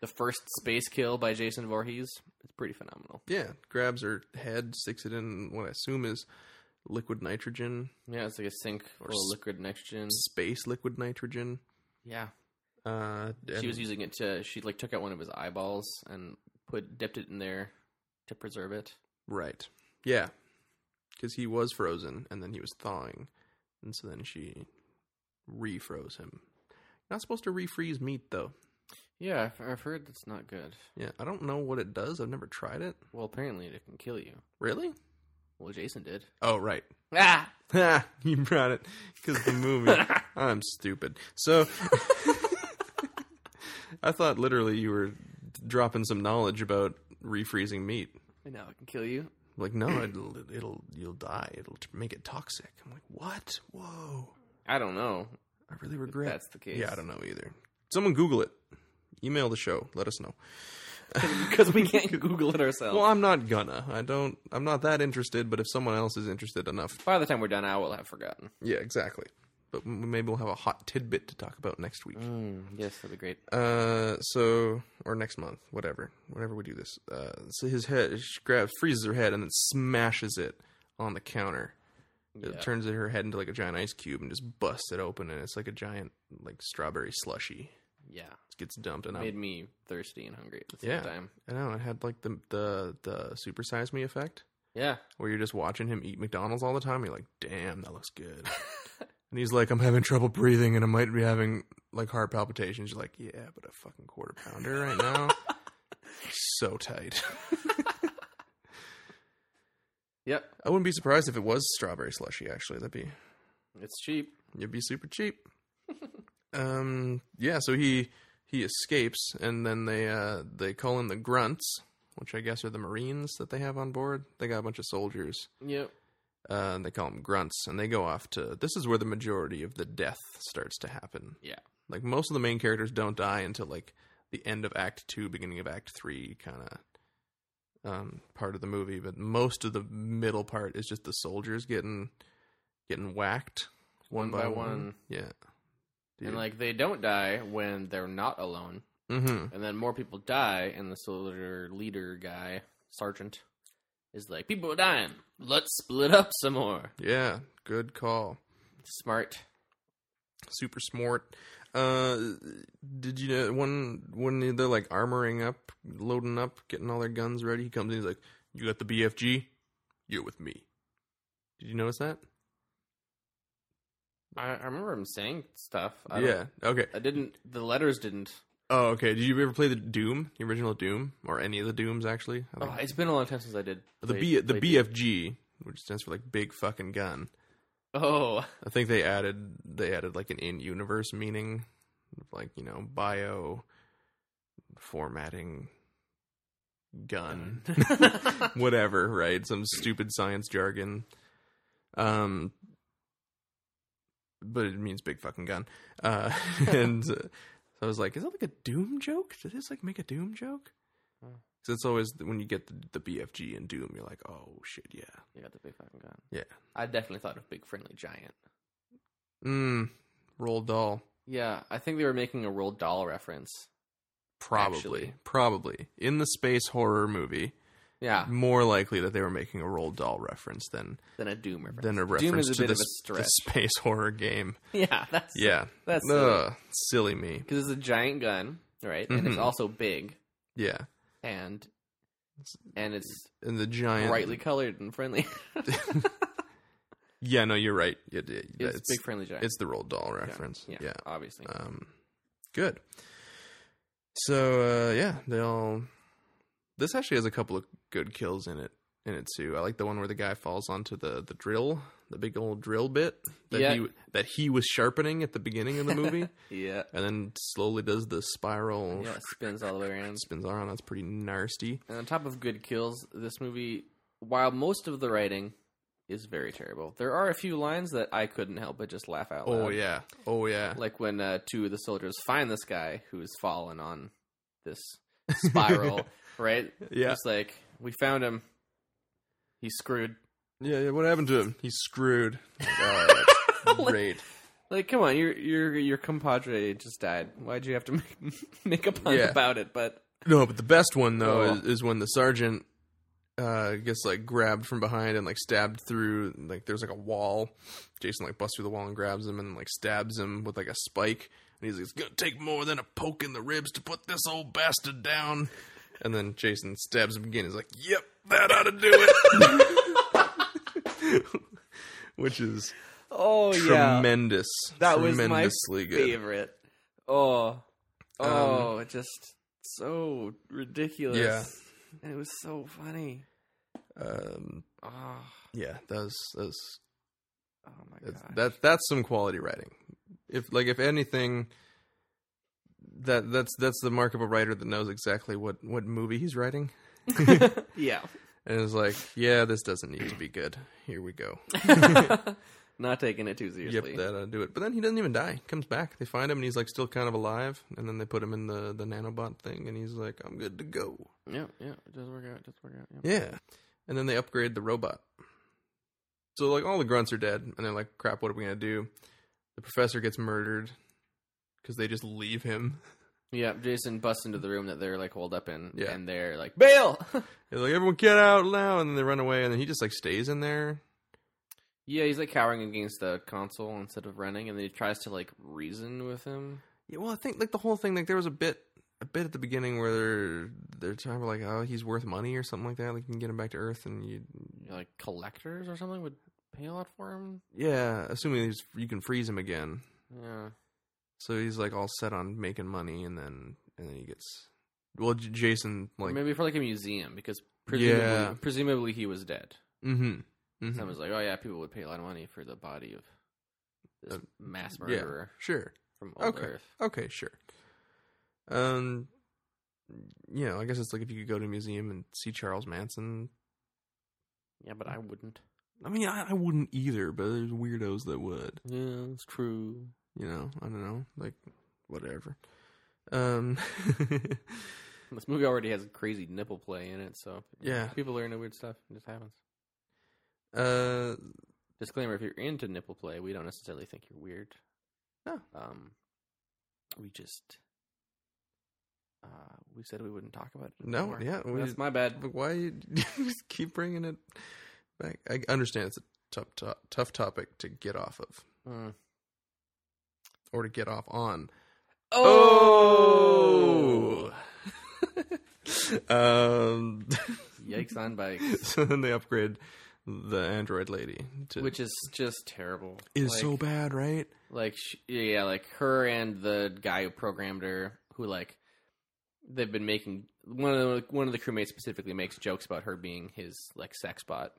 Speaker 2: The first space kill by Jason Voorhees. It's pretty phenomenal.
Speaker 1: Yeah, grabs her head, sticks it in what I assume is liquid nitrogen,
Speaker 2: Yeah, it's like a sink or
Speaker 1: s-
Speaker 2: liquid nitrogen.
Speaker 1: space liquid nitrogen.
Speaker 2: Yeah,
Speaker 1: Uh, and-
Speaker 2: she was using it to. She like took out one of his eyeballs and put dipped it in there to preserve it.
Speaker 1: right. Yeah, because he was frozen and then he was thawing, and so then she refroze him. Not supposed to refreeze meat though.
Speaker 2: Yeah, I've, I've heard that's not good.
Speaker 1: Yeah, I don't know what it does. I've never tried it.
Speaker 2: Well, apparently it can kill you.
Speaker 1: Really?
Speaker 2: Well, Jason did.
Speaker 1: Oh, right.
Speaker 2: Ah,
Speaker 1: Ha! You brought it because the movie. I'm stupid. So I thought literally you were dropping some knowledge about refreezing meat.
Speaker 2: I know it can kill you.
Speaker 1: Like, no, it'll, it'll you'll die. It'll t- make it toxic. I'm like, what? Whoa!
Speaker 2: I don't know.
Speaker 1: I really regret.
Speaker 2: that's the case.
Speaker 1: Yeah, I don't know either. Someone Google it. Email the show. Let us know.
Speaker 2: because we can't Google it ourselves.
Speaker 1: Well, I'm not gonna. I don't. I'm not that interested. But if someone else is interested enough,
Speaker 2: By the time we're done, I will have forgotten.
Speaker 1: yeah, exactly. But m- maybe we'll have a hot tidbit to talk about next week.
Speaker 2: Mm, yes, that'd be great.
Speaker 1: Uh, so or next month, whatever, whenever we do this. Uh, so his head she grabs, freezes her head, and then smashes it on the counter. It turns her head into like a giant ice cube and just busts it open, and it's like a giant like strawberry slushy.
Speaker 2: Yeah,
Speaker 1: It gets dumped, and
Speaker 2: made
Speaker 1: I'm,
Speaker 2: me thirsty and hungry at the same
Speaker 1: yeah,
Speaker 2: time.
Speaker 1: I know. It had like the the the supersize me effect,
Speaker 2: Yeah,
Speaker 1: where you're just watching him eat McDonald's all the time. You're like, damn, that looks good. and he's like, I'm having trouble breathing, and I might be having like heart palpitations. You're like, yeah, but a fucking quarter pounder right now, so tight.
Speaker 2: yep,
Speaker 1: I wouldn't be surprised if it was strawberry slushy. Actually, that'd be
Speaker 2: it's cheap.
Speaker 1: it'd be super cheap. Um, yeah, so he he escapes, and then they uh, they call in the grunts, which I guess are the Marines that they have on board. They got a bunch of soldiers.
Speaker 2: Yep.
Speaker 1: Uh, and they call them grunts, and they go off to. This is where the majority of the death starts to happen.
Speaker 2: Yeah.
Speaker 1: Like most of the main characters don't die until like the end of Act Two, beginning of Act Three, kind of um, part of the movie. But most of the middle part is just the soldiers getting getting whacked one, by, one. Yeah. Dude.
Speaker 2: And like they don't die when they're not alone,
Speaker 1: Mm-hmm.
Speaker 2: and then more people die, and the soldier leader guy, sergeant, is like, "People are dying. Let's split up some more."
Speaker 1: Yeah, good call.
Speaker 2: Smart.
Speaker 1: Super smart. Uh, did you know when when they're like armoring up, loading up, getting all their guns ready? He comes in, he's like, "You got the BFG? You're with me." Did you notice that?
Speaker 2: I, I remember him saying stuff. I don't-
Speaker 1: yeah. Okay.
Speaker 2: I didn't. The letters didn't.
Speaker 1: Oh, okay. Did you ever play the Doom, the original Doom, or any of the Dooms actually? I
Speaker 2: Oh,
Speaker 1: think-
Speaker 2: it's been a long time since I did.
Speaker 1: the
Speaker 2: play-
Speaker 1: B the
Speaker 2: play-
Speaker 1: BFG, which stands for like big fucking gun.
Speaker 2: Oh,
Speaker 1: I think they added they added like an in universe meaning, like you know bio formatting gun, whatever, right? Some stupid science jargon. Um, but it means big fucking gun. Uh, and uh, so I was like, is that like a Doom joke? Did this like make a Doom joke? Because it's always when you get the, the BFG in Doom, you're like, oh shit, yeah,
Speaker 2: you got the big fucking gun.
Speaker 1: yeah.
Speaker 2: I definitely thought of Big Friendly Giant.
Speaker 1: Mm, roll doll.
Speaker 2: Yeah, I think they were making a Roald doll reference.
Speaker 1: Probably.
Speaker 2: actually.
Speaker 1: Probably. In the space horror movie,
Speaker 2: Yeah,
Speaker 1: more likely that they were making a Roald doll reference than
Speaker 2: than a Doom reference.
Speaker 1: than a
Speaker 2: Doom
Speaker 1: reference
Speaker 2: is a
Speaker 1: to
Speaker 2: bit
Speaker 1: the,
Speaker 2: of a
Speaker 1: s- the
Speaker 2: stretch.
Speaker 1: space horror game.
Speaker 2: yeah, that's
Speaker 1: Yeah.
Speaker 2: That's
Speaker 1: Ugh, silly me.
Speaker 2: because it's a giant gun, right? And it's
Speaker 1: Mhm.
Speaker 2: also big
Speaker 1: Yeah.
Speaker 2: and and it's
Speaker 1: And the giant
Speaker 2: brightly colored and friendly.
Speaker 1: Yeah, no, you're right. It- it-
Speaker 2: it's,
Speaker 1: it's,
Speaker 2: Big Friendly Giant.
Speaker 1: it's the Roald doll reference.
Speaker 2: yeah,
Speaker 1: yeah.
Speaker 2: obviously.
Speaker 1: Um, good. So uh, yeah, they'll. This actually has a couple of good kills in it. In it too, I like the one where the guy falls onto the the drill, the big old drill bit that
Speaker 2: Yeah.
Speaker 1: he that he was sharpening at the beginning of the movie,
Speaker 2: yeah,
Speaker 1: and then slowly does the spiral
Speaker 2: yeah, it spins all the way around.
Speaker 1: spins around. That's pretty nasty.
Speaker 2: And on top of good kills, this movie, while most of the writing is very terrible, there are a few lines that I couldn't help but just laugh out loud.
Speaker 1: Oh yeah, oh yeah.
Speaker 2: Like when uh, two of the soldiers find this guy who's fallen on this spiral, right?
Speaker 1: Yeah.
Speaker 2: It's like, we found him. He's screwed.
Speaker 1: yeah, yeah. What happened to him? He's screwed. Like, oh, that's great.
Speaker 2: Like, come on, your your your compadre just died. Why'd you have to make, make a pun
Speaker 1: Yeah.
Speaker 2: about it? But
Speaker 1: No, but the best one though
Speaker 2: Oh.
Speaker 1: is, is when the sergeant uh, gets like grabbed from behind and like stabbed through. Like there's like a wall. Jason like busts through the wall and grabs him and like stabs him with like a spike. And he's like, "It's gonna take more than a poke in the ribs to put this old bastard down." And then Jason stabs him again. He's like, "Yep, that ought to do it." Which is
Speaker 2: oh
Speaker 1: tremendous.
Speaker 2: That was my
Speaker 1: tremendously good. Um,
Speaker 2: favorite. Oh, oh, it just so ridiculous.
Speaker 1: Yeah.
Speaker 2: and it was so funny.
Speaker 1: Um,
Speaker 2: Oh,
Speaker 1: yeah, that was, that was
Speaker 2: oh my
Speaker 1: It's-
Speaker 2: god.
Speaker 1: that that's some quality writing. If like if anything, that that's that's the mark of a writer that knows exactly what what movie he's writing,
Speaker 2: yeah,
Speaker 1: and is like, yeah, this doesn't need to be good. Here we go.
Speaker 2: not taking it too
Speaker 1: yep,
Speaker 2: seriously.
Speaker 1: that'll do it. But then he doesn't even die. He comes back. They find him, and he's like still kind of alive. And then they put him in the the nanobot thing, and he's like, I'm good to go.
Speaker 2: yeah, yeah, it does work out. It does work out. Yeah.
Speaker 1: Yeah. And then they upgrade the robot. So like all the grunts are dead, and they're like, "Crap, what are we gonna do?" The professor gets murdered because they just leave him.
Speaker 2: Yeah, Jason busts into the room that they're like holed up in,
Speaker 1: Yeah.
Speaker 2: and they're like, "Bail!"
Speaker 1: They're like, "Everyone get out now!" And then they run away, and then he just like stays in there.
Speaker 2: yeah, he's like cowering against the console instead of running, and then he tries to like reason with him.
Speaker 1: Yeah, well, I think like the whole thing, like there was a bit, a bit at the beginning where they're they're talking about like, "Oh, he's worth money" or something like that. Like you can get him back to Earth, and you,
Speaker 2: You know, like collectors or something would pay a lot for him.
Speaker 1: yeah, assuming he's, you can freeze him again.
Speaker 2: Yeah.
Speaker 1: So he's like all set on making money, and then and then he gets. Well, J- Jason like
Speaker 2: maybe for like a museum because presumably,
Speaker 1: Yeah.
Speaker 2: presumably he was dead.
Speaker 1: Mm-hmm. mm-hmm.
Speaker 2: Someone's like, oh yeah, people would pay a lot of money for the body of this
Speaker 1: Uh,
Speaker 2: mass
Speaker 1: yeah,
Speaker 2: murderer.
Speaker 1: sure.
Speaker 2: from old
Speaker 1: Okay.
Speaker 2: Earth.
Speaker 1: Okay, sure. Um, you know, I guess it's like if you could go to a museum and see Charles Manson.
Speaker 2: Yeah, but I wouldn't.
Speaker 1: I mean, I, I wouldn't either, but there's weirdos that would.
Speaker 2: Yeah, it's true.
Speaker 1: You know, I don't know, like whatever. Um,
Speaker 2: This movie already has crazy nipple play in it, so
Speaker 1: Yeah.
Speaker 2: people are into weird stuff. It just happens.
Speaker 1: uh,
Speaker 2: Disclaimer: If you're into nipple play, we don't necessarily think you're weird.
Speaker 1: No.
Speaker 2: Um, we just uh, we said we wouldn't talk about it.
Speaker 1: No,
Speaker 2: anymore.
Speaker 1: yeah, we-
Speaker 2: that's my bad.
Speaker 1: but why you just keep bringing it back? I understand it's a tough, to- tough topic to get off of
Speaker 2: Mm.
Speaker 1: or to get off on.
Speaker 2: Oh,
Speaker 1: um,
Speaker 2: yikes on bikes,
Speaker 1: so then they upgrade the android lady, to,
Speaker 2: which is just terrible.
Speaker 1: is
Speaker 2: Like-
Speaker 1: so bad, right?
Speaker 2: like she, yeah like her and the guy who programmed her who like they've been making one of the one of the crewmates specifically makes jokes about her being his like sex bot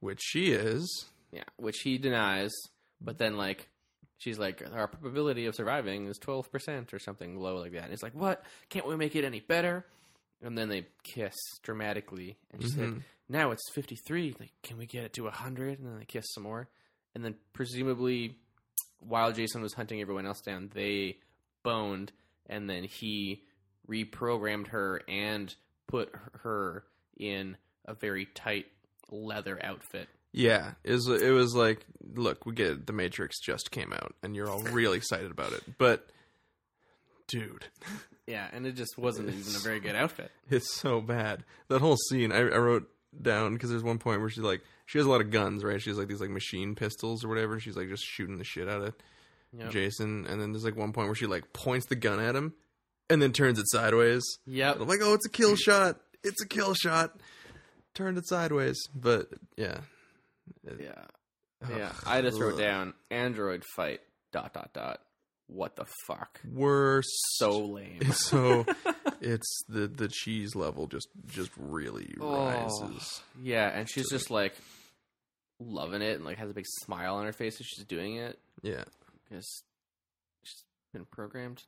Speaker 1: Which she is.
Speaker 2: yeah which he denies but then like she's like our probability of surviving is 12% or something low like that and he's like what can't we make it any better and then they kiss dramatically and she's like
Speaker 1: Mhm.
Speaker 2: now it's 53 like can we get it to 100 and then they kiss some more and then presumably while jason was hunting everyone else down they boned and then he reprogrammed her and put her in a very tight leather outfit
Speaker 1: Yeah, is it was like, look, we get it, the Matrix just came out, and you're all really excited about it, but dude,
Speaker 2: yeah and it just wasn't even a very good outfit
Speaker 1: it's so bad. That whole scene, I, I wrote down because there's one point where she's like, she has a lot of guns, right? She has like these like machine pistols or whatever, and she's like just shooting the shit out of
Speaker 2: Yep.
Speaker 1: Jason, and then there's like one point where she like points the gun at him, and then turns it sideways.
Speaker 2: yep
Speaker 1: I'm like, oh, it's a kill shot. It's a kill shot. Turned it sideways, but yeah,
Speaker 2: yeah yeah i just wrote down android fight dot dot dot what the fuck
Speaker 1: we're
Speaker 2: so lame
Speaker 1: so it's the the cheese level just just really
Speaker 2: Oh.
Speaker 1: rises.
Speaker 2: yeah and she's just like loving it and like has a big smile on her face as she's doing it
Speaker 1: Yeah,
Speaker 2: because she's been programmed to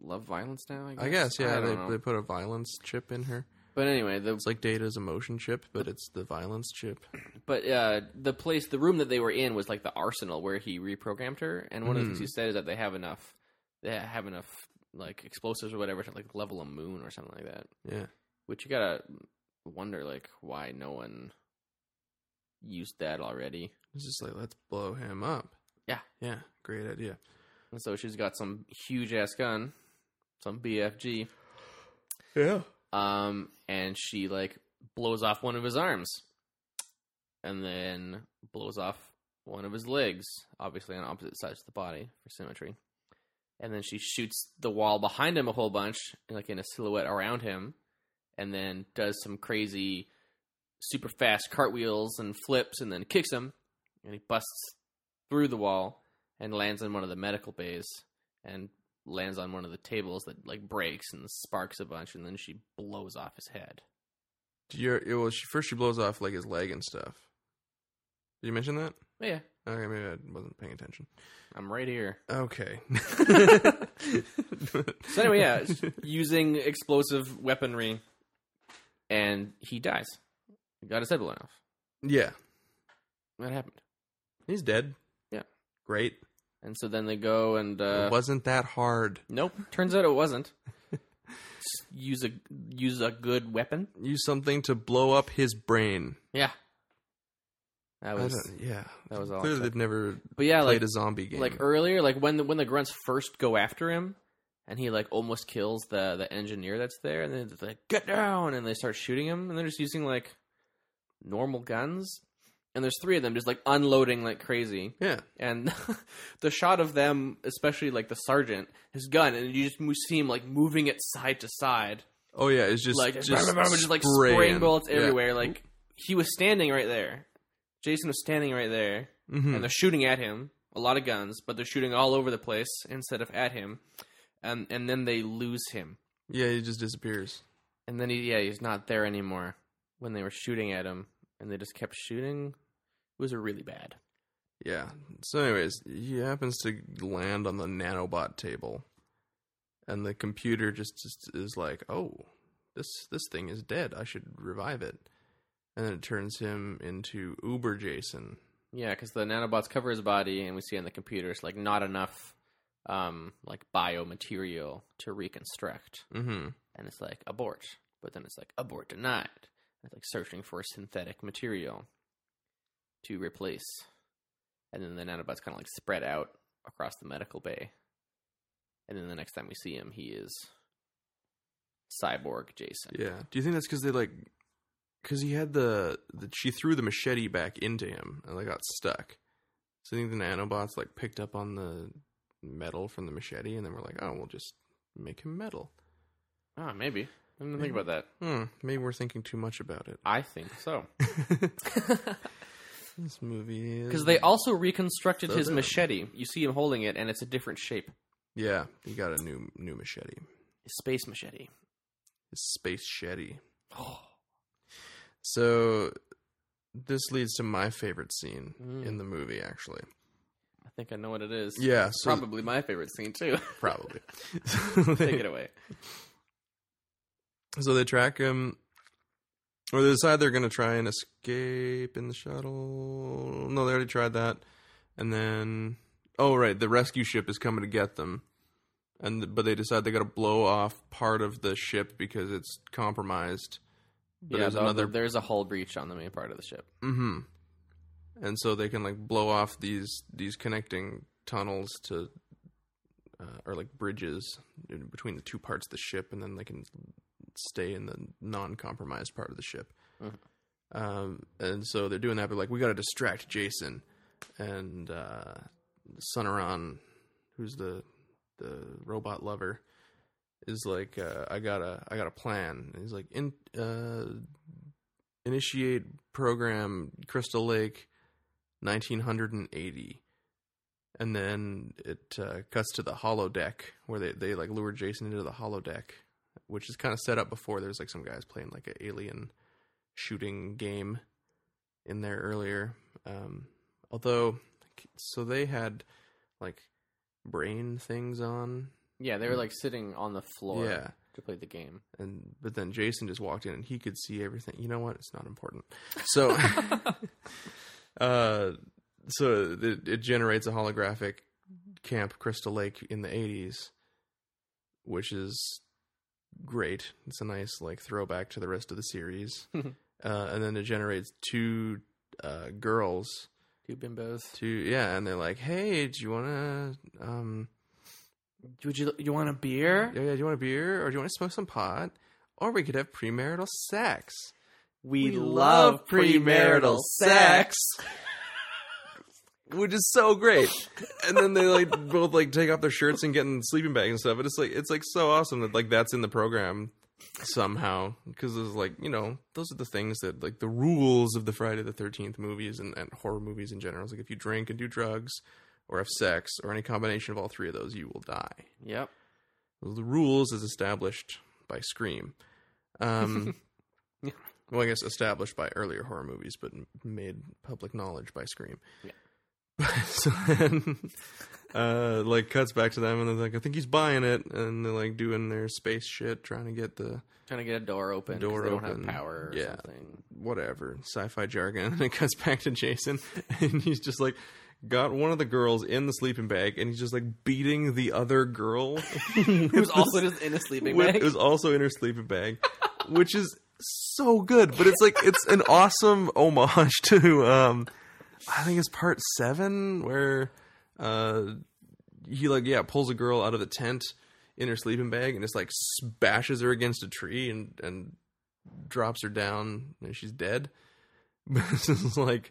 Speaker 2: love violence now. I guess.
Speaker 1: I guess yeah.
Speaker 2: don't
Speaker 1: they
Speaker 2: know.
Speaker 1: they put a violence chip in her.
Speaker 2: but anyway, the
Speaker 1: It's like Data's emotion chip, but it's the violence chip.
Speaker 2: but uh, the place, the room that they were in was like the arsenal where he reprogrammed her. And one of the things
Speaker 1: Mhm.
Speaker 2: he said is that they have enough, they have enough like explosives or whatever to like level a moon or something like that.
Speaker 1: Yeah,
Speaker 2: Which you gotta wonder like why no one used that already.
Speaker 1: it's just like let's blow him up.
Speaker 2: Yeah.
Speaker 1: yeah, great idea.
Speaker 2: And so she's got some huge ass gun, some BFG.
Speaker 1: Yeah,
Speaker 2: um, and she like blows off one of his arms, and then blows off one of his legs, obviously on opposite sides of the body for symmetry. And then she shoots the wall behind him a whole bunch, like in a silhouette around him, and then does some crazy, super fast cartwheels and flips, and then kicks him, and he busts through the wall and lands in one of the medical bays and lands on one of the tables that like breaks and sparks a bunch, and then she blows off his head.
Speaker 1: you're it, well. She first she blows off like his leg and stuff. Did you mention that?
Speaker 2: But yeah,
Speaker 1: Okay, maybe I wasn't paying attention.
Speaker 2: I'm right here.
Speaker 1: Okay.
Speaker 2: So anyway, yeah, it's using explosive weaponry, and he dies. He got his head blown off.
Speaker 1: yeah,
Speaker 2: That happened.
Speaker 1: he's dead.
Speaker 2: Yeah.
Speaker 1: great.
Speaker 2: And so then they go and uh,
Speaker 1: it wasn't that hard.
Speaker 2: nope. Turns out it wasn't. S- use a use a good weapon.
Speaker 1: Use something to blow up his brain.
Speaker 2: Yeah. That
Speaker 1: I
Speaker 2: was
Speaker 1: don't- yeah,
Speaker 2: that was all
Speaker 1: clearly
Speaker 2: it
Speaker 1: they've never
Speaker 2: But yeah,
Speaker 1: played
Speaker 2: like
Speaker 1: a zombie game.
Speaker 2: like earlier, like when the when the grunts first go after him, and he like almost kills the the engineer that's there, and then it's like get down, and they start shooting him, and they're just using like normal guns, and there's three of them just like unloading like crazy,
Speaker 1: yeah,
Speaker 2: and the shot of them, especially like the sergeant, his gun, and you just mo- see him like moving it side to side,
Speaker 1: oh yeah, it's just
Speaker 2: like
Speaker 1: just,
Speaker 2: just, like spraying
Speaker 1: spraying.
Speaker 2: bullets
Speaker 1: Yeah.
Speaker 2: everywhere. Like he was standing right there, Jason was standing right there
Speaker 1: Mhm.
Speaker 2: and they're shooting at him. A lot of guns, but they're shooting all over the place instead of at him. And and then they lose him.
Speaker 1: yeah, he just disappears.
Speaker 2: And then he yeah, he's not there anymore when they were shooting at him and they just kept shooting. It was really bad.
Speaker 1: Yeah. So, anyways, he happens to land on the nanobot table, and the computer just, just is like, "Oh, this this thing is dead. I should revive it." And then it turns him into Uber Jason.
Speaker 2: Yeah, because the nanobots cover his body, and we see on the computer it's like not enough, um, like biomaterial to reconstruct,
Speaker 1: Mm-hmm.
Speaker 2: and it's like abort. But then it's like abort denied. And it's like searching for synthetic material to replace, and then the nanobots kind of like spread out across the medical bay, and then the next time we see him, he is cyborg Jason.
Speaker 1: Yeah. Do you think that's because they like? Because he had the, the she threw the machete back into him, and they got stuck. So I think the nanobots like picked up on the metal from the machete, and then we're like, "Oh, we'll just make him metal."
Speaker 2: Ah, maybe. I didn't think about that.
Speaker 1: Hmm. Maybe we're thinking too much about it.
Speaker 2: I think so.
Speaker 1: This movie is
Speaker 2: Because they also reconstructed
Speaker 1: So
Speaker 2: his
Speaker 1: dumb.
Speaker 2: machete. You see him holding it, and it's a different shape.
Speaker 1: yeah, he got a new new machete,
Speaker 2: His space machete.
Speaker 1: his space machete. So this leads to my favorite scene in the movie, actually.
Speaker 2: I think I know what it is.
Speaker 1: Yeah, so
Speaker 2: Probably my favorite scene, too.
Speaker 1: probably.
Speaker 2: Take it away.
Speaker 1: So they track him, or they decide they're going to try and escape in the shuttle. No, they already tried that, and then oh right, the rescue ship is coming to get them, and but they decide they got to blow off part of the ship because it's compromised. But
Speaker 2: yeah,
Speaker 1: there's
Speaker 2: though,
Speaker 1: another,
Speaker 2: There's a hull breach on the main part of the ship.
Speaker 1: hmm and so they can like blow off these these connecting tunnels to. Uh, or like bridges in between the two parts of the ship, and then they can stay in the non-compromised part of the ship. Um, and so they're doing that, but like we got to distract Jason and uh, Sonoran, who's the the robot lover, is like uh, I got to I got a plan. And he's like in uh, initiate program Crystal Lake, nineteen hundred and eighty. And then it uh, cuts to the hollow deck where they, they like lure Jason into the hollow deck, which is kind of set up before. There's like some guys playing like an alien shooting game in there earlier. Um, although, so they had like brain things on,
Speaker 2: Yeah, they were like sitting on the floor
Speaker 1: Yeah.
Speaker 2: to play the game.
Speaker 1: and but then Jason just walked in and he could see everything. You know what? It's not important. So, uh, so it, it generates a holographic Camp Crystal Lake in the '80s, which is great. It's a nice like throwback to the rest of the series. uh, and then it generates two uh, girls
Speaker 2: Two bimbos.
Speaker 1: to yeah, and they're like, "Hey, do you wanna um,
Speaker 2: Would you you want a beer?
Speaker 1: yeah, yeah, do you want a beer or do you want to smoke some pot?" Or we could have premarital sex.
Speaker 2: We,
Speaker 1: love premarital sex. which is so great. And then they like both like take off their shirts and get in sleeping bags and stuff. And it's like it's like so awesome that like that's in the program somehow because it's like you know those are the things that like the rules of the Friday the Thirteenth movies and, and horror movies in general. It's like if you drink and do drugs or have sex or any combination of all three of those, you will die.
Speaker 2: Yep.
Speaker 1: The rules is established by Scream. Um,
Speaker 2: Yeah.
Speaker 1: Well, I guess established by earlier horror movies, but m- made public knowledge by Scream.
Speaker 2: Yeah.
Speaker 1: so then, uh, like, cuts back to them, and they're like, I think he's buying it. And they're like doing their space shit, trying to get the
Speaker 2: Trying to get a door open. 'cause
Speaker 1: Door
Speaker 2: they don't
Speaker 1: open.
Speaker 2: have power or
Speaker 1: Yeah.
Speaker 2: something.
Speaker 1: whatever sci fi jargon. And it cuts back to Jason, and he's just like, got one of the girls in the sleeping bag, and he's just like beating the other girl.
Speaker 2: Who's also just in a sleeping
Speaker 1: with-
Speaker 2: bag.
Speaker 1: It was also in her sleeping bag, which is so good. But it's like it's an awesome homage to um, I think it's part seven where uh, he like yeah pulls a girl out of the tent in her sleeping bag and just like s- bashes her against a tree and and drops her down and she's dead. But this is like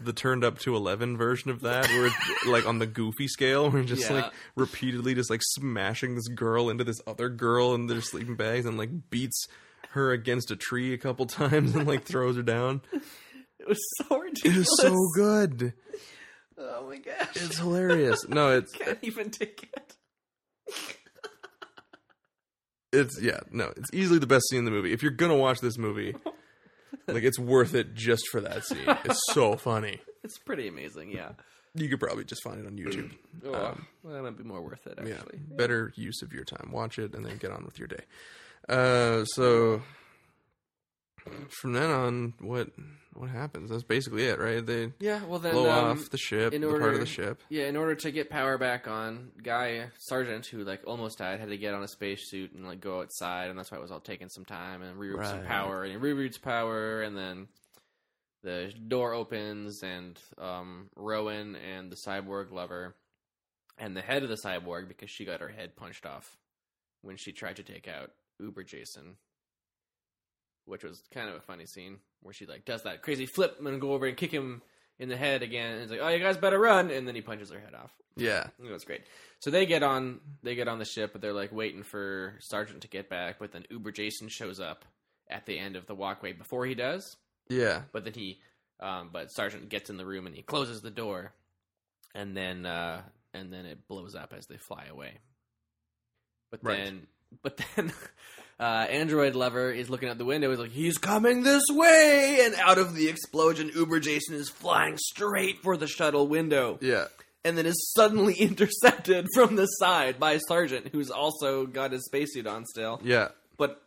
Speaker 1: the turned up to 11 version of that where it's like on the goofy scale we're just
Speaker 2: Yeah.
Speaker 1: like repeatedly just like smashing this girl into this other girl in their sleeping bags and like beats her against a tree a couple times and like throws her down
Speaker 2: It was so
Speaker 1: it
Speaker 2: ridiculous.
Speaker 1: is so good
Speaker 2: Oh my gosh.
Speaker 1: it's hilarious no it's
Speaker 2: can't even take it.
Speaker 1: it's yeah no it's easily the best scene in the movie if you're gonna watch this movie like it's worth it just for that scene it's so funny
Speaker 2: It's pretty amazing, yeah.
Speaker 1: You could probably just find it on YouTube.
Speaker 2: Oh, that might be more worth it
Speaker 1: Um, yeah,
Speaker 2: actually.
Speaker 1: better use of your time. Watch it and then get on with your day. Uh, so from then on, what what happens? That's basically it, right? They
Speaker 2: Yeah. well, then
Speaker 1: blow
Speaker 2: um,
Speaker 1: off the ship,
Speaker 2: in
Speaker 1: the part of the ship.
Speaker 2: Yeah, in order to get power back on, guy sergeant who like almost died had to get on a spacesuit and like go outside, and that's why it was all taking some time and reroute some
Speaker 1: Right.
Speaker 2: power, and he reroutes power, and then the door opens, and um, Rowan and the cyborg lover, and the head of the cyborg because she got her head punched off when she tried to take out Uber Jason. Which was kind of a funny scene where she like does that crazy flip and go over and kick him in the head again. And it's like, oh, you guys better run, and then he punches her head off.
Speaker 1: Yeah,
Speaker 2: It was great. So they get on, they get on the ship, but they're like waiting for Sergeant to get back. But then Uber Jason shows up at the end of the walkway before he does.
Speaker 1: yeah,
Speaker 2: But then he, um, but Sergeant gets in the room and he closes the door, and then uh, and then it blows up as they fly away. But
Speaker 1: Right.
Speaker 2: then, but then, uh, android lover is looking out the window. He's like, "He's coming this way!" And out of the explosion, Uber Jason is flying straight for the shuttle window,
Speaker 1: yeah.
Speaker 2: and then is suddenly intercepted from the side by Sergeant, who's also got his spacesuit on still,
Speaker 1: Yeah,
Speaker 2: but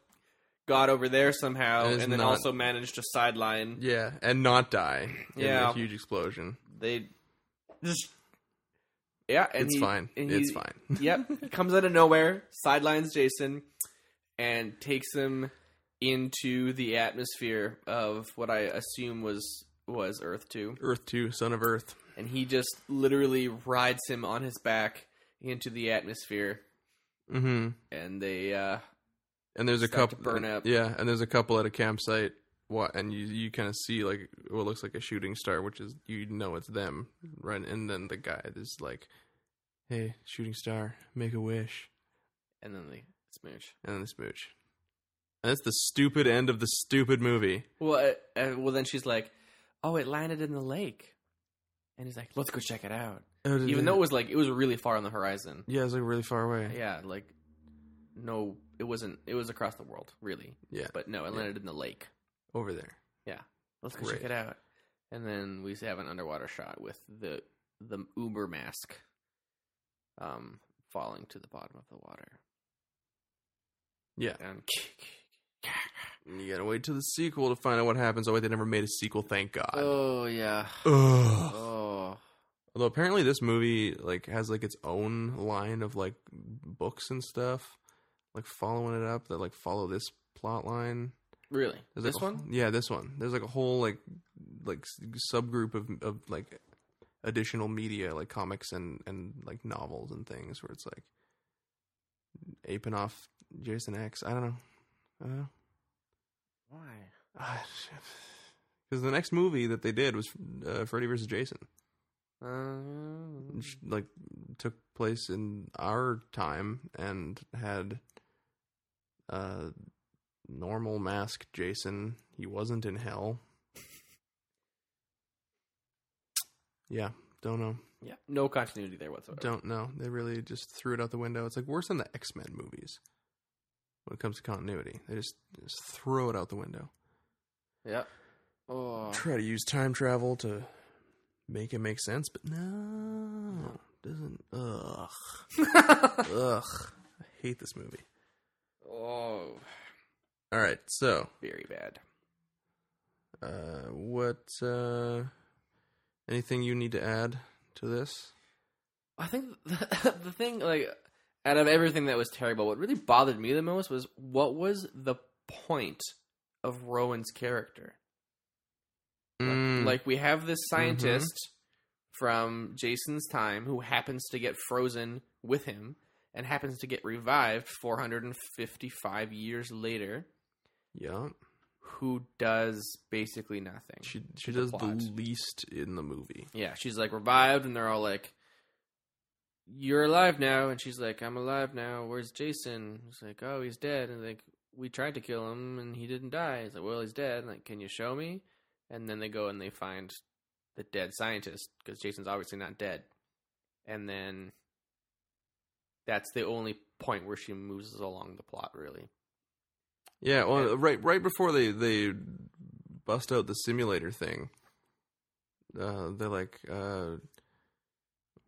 Speaker 2: got over there somehow,
Speaker 1: It is
Speaker 2: and then
Speaker 1: not-
Speaker 2: also managed to sideline
Speaker 1: yeah, and not die. in
Speaker 2: Yeah.
Speaker 1: a huge explosion.
Speaker 2: they just yeah and
Speaker 1: It's
Speaker 2: he-
Speaker 1: fine.
Speaker 2: and he-
Speaker 1: It's fine.
Speaker 2: yep he comes out of nowhere sidelines jason and takes him into the atmosphere of what i assume was was earth 2
Speaker 1: Earth two, son of Earth.
Speaker 2: and he just literally rides him on his back into the atmosphere
Speaker 1: Mm-hmm.
Speaker 2: and they uh
Speaker 1: and there's a
Speaker 2: start
Speaker 1: couple
Speaker 2: to burn up.
Speaker 1: Yeah, and there's a couple at a campsite. What and you you kind of see like what looks like a shooting star, which is you know it's them, right? And then the guy is like, "Hey, shooting star, make a wish,"
Speaker 2: and then they smooch
Speaker 1: and then the smooch. And that's the stupid end of the stupid movie.
Speaker 2: well uh, uh, well then she's like oh it landed in the lake and he's like let's go check it out even though it was like it was really far on the horizon
Speaker 1: Oh, yeah, it's like really far away.
Speaker 2: Yeah, like no, it wasn't. It was across the world, really.
Speaker 1: Yeah,
Speaker 2: But no, it
Speaker 1: Yeah.
Speaker 2: landed in the lake.
Speaker 1: over there.
Speaker 2: Let's go
Speaker 1: Great.
Speaker 2: check it out. And then we have an underwater shot with the the Uber mask, um, falling to the bottom of the water.
Speaker 1: Yeah,
Speaker 2: And
Speaker 1: And you gotta wait till the sequel to find out what happens. Oh wait, they never made a sequel. Thank God.
Speaker 2: oh yeah,
Speaker 1: Ugh.
Speaker 2: oh
Speaker 1: Although apparently this movie like has like its own line of like books and stuff, like following it up that like follow this plot line.
Speaker 2: really?
Speaker 1: There's, like,
Speaker 2: this
Speaker 1: a-
Speaker 2: one?
Speaker 1: yeah, this one. There's like a whole like like s- subgroup of of like additional media like comics and and like novels and things where it's like aping off Jason X. I don't know. I don't know.
Speaker 2: Why?
Speaker 1: Because the next movie that they did was uh, Freddy vs. Jason.
Speaker 2: Um,
Speaker 1: which, like took place in our time and had uh normal mask Jason. He wasn't in hell. Yeah, don't know.
Speaker 2: yeah, no continuity there whatsoever.
Speaker 1: Don't know. They really just threw it out the window. It's like worse than the X-Men movies when it comes to continuity. They just, just throw it out the window.
Speaker 2: Yeah. Oh.
Speaker 1: Try to use time travel to make it make sense, but no. Doesn't ugh. Ugh. I hate this movie.
Speaker 2: oh,
Speaker 1: All right, so
Speaker 2: very bad.
Speaker 1: uh, what? Uh, anything you need to add to this?
Speaker 2: I think the, the thing, like, out of everything that was terrible, what really bothered me the most was what was the point of Rowan's character?
Speaker 1: Mm,
Speaker 2: Like, we have this scientist from Jason's time who happens to get frozen with him and happens to get revived 455 years later,
Speaker 1: yeah,
Speaker 2: who does basically nothing.
Speaker 1: she she
Speaker 2: The
Speaker 1: does the,
Speaker 2: plot.
Speaker 1: least in the movie.
Speaker 2: Yeah, she's like revived, and they're all like, "You're alive now," and she's like, "I'm alive now. Where's Jason?" He's like, "Oh, he's dead." And like, we tried to kill him, and he didn't die. He's like, "Well, he's dead." And like, can you show me? And then they go and they find the dead scientist because Jason's obviously not dead. And then that's the only point where she moves along the plot, really.
Speaker 1: Yeah, well, right right before they they bust out the simulator thing, uh, they're like, uh,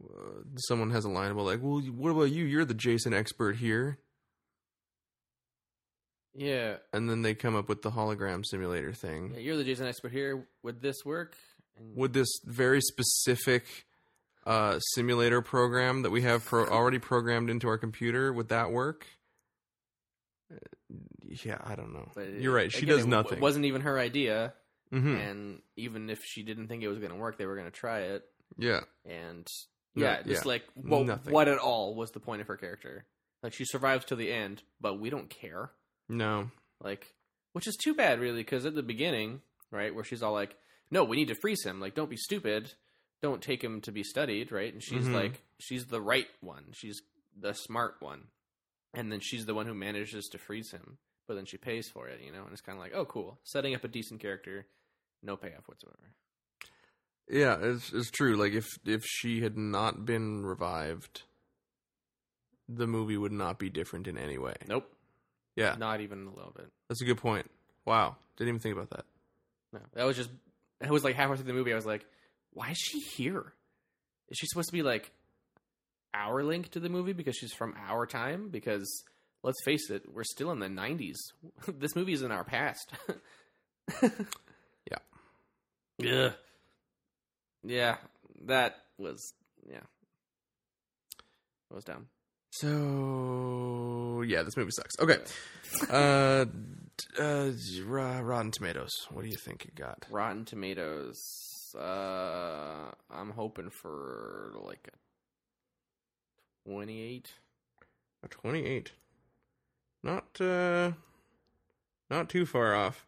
Speaker 1: uh, someone has a line about like, "Well, what about you? You're the Jason expert here."
Speaker 2: Yeah.
Speaker 1: And then they come up with the hologram simulator thing.
Speaker 2: Yeah, You're the Jason expert here. Would this work? And
Speaker 1: with this very specific uh, simulator program that we have pro- already programmed into our computer. Would that work? Uh, Yeah, I don't know.
Speaker 2: but uh,
Speaker 1: You're right. She
Speaker 2: again,
Speaker 1: does
Speaker 2: it w-
Speaker 1: nothing.
Speaker 2: wasn't even her idea.
Speaker 1: Mhm.
Speaker 2: And even if she didn't think it was going to work, they were going to try it.
Speaker 1: Yeah,
Speaker 2: And
Speaker 1: No,
Speaker 2: yeah, just
Speaker 1: yeah.
Speaker 2: like well,
Speaker 1: Nothing.
Speaker 2: what at all was the point of her character? Like she survives to the end, but we don't care.
Speaker 1: no.
Speaker 2: Like, which is too bad, really, because at the beginning, right, where she's all like, "No, we need to freeze him. Like, don't be stupid. Don't take him to be studied." Right, and she's
Speaker 1: Mhm.
Speaker 2: like, she's the right one. She's the smart one, and then she's the one who manages to freeze him. But then she pays for it, you know, and it's kind of like, oh, cool, setting up a decent character, no payoff whatsoever.
Speaker 1: Yeah, it's it's true. Like if if she had not been revived, the movie would not be different in any way.
Speaker 2: Nope,
Speaker 1: Yeah,
Speaker 2: not even a little bit.
Speaker 1: that's a good point. Wow, didn't even think about that.
Speaker 2: No, that was just. It was like halfway through the movie. I was like, "Why is she here? Is she supposed to be like our link to the movie because she's from our time? Because let's face it, we're still in the '90s. this movie is in our past."
Speaker 1: Yeah.
Speaker 2: Yeah. Yeah. That was yeah. I was down.
Speaker 1: So yeah, this movie sucks. Okay. uh, d- uh, Ro- Rotten Tomatoes. What do you think it got?
Speaker 2: Rotten Tomatoes. Uh, I'm hoping for like a 28.
Speaker 1: A twenty-eight. Not uh, not too far off.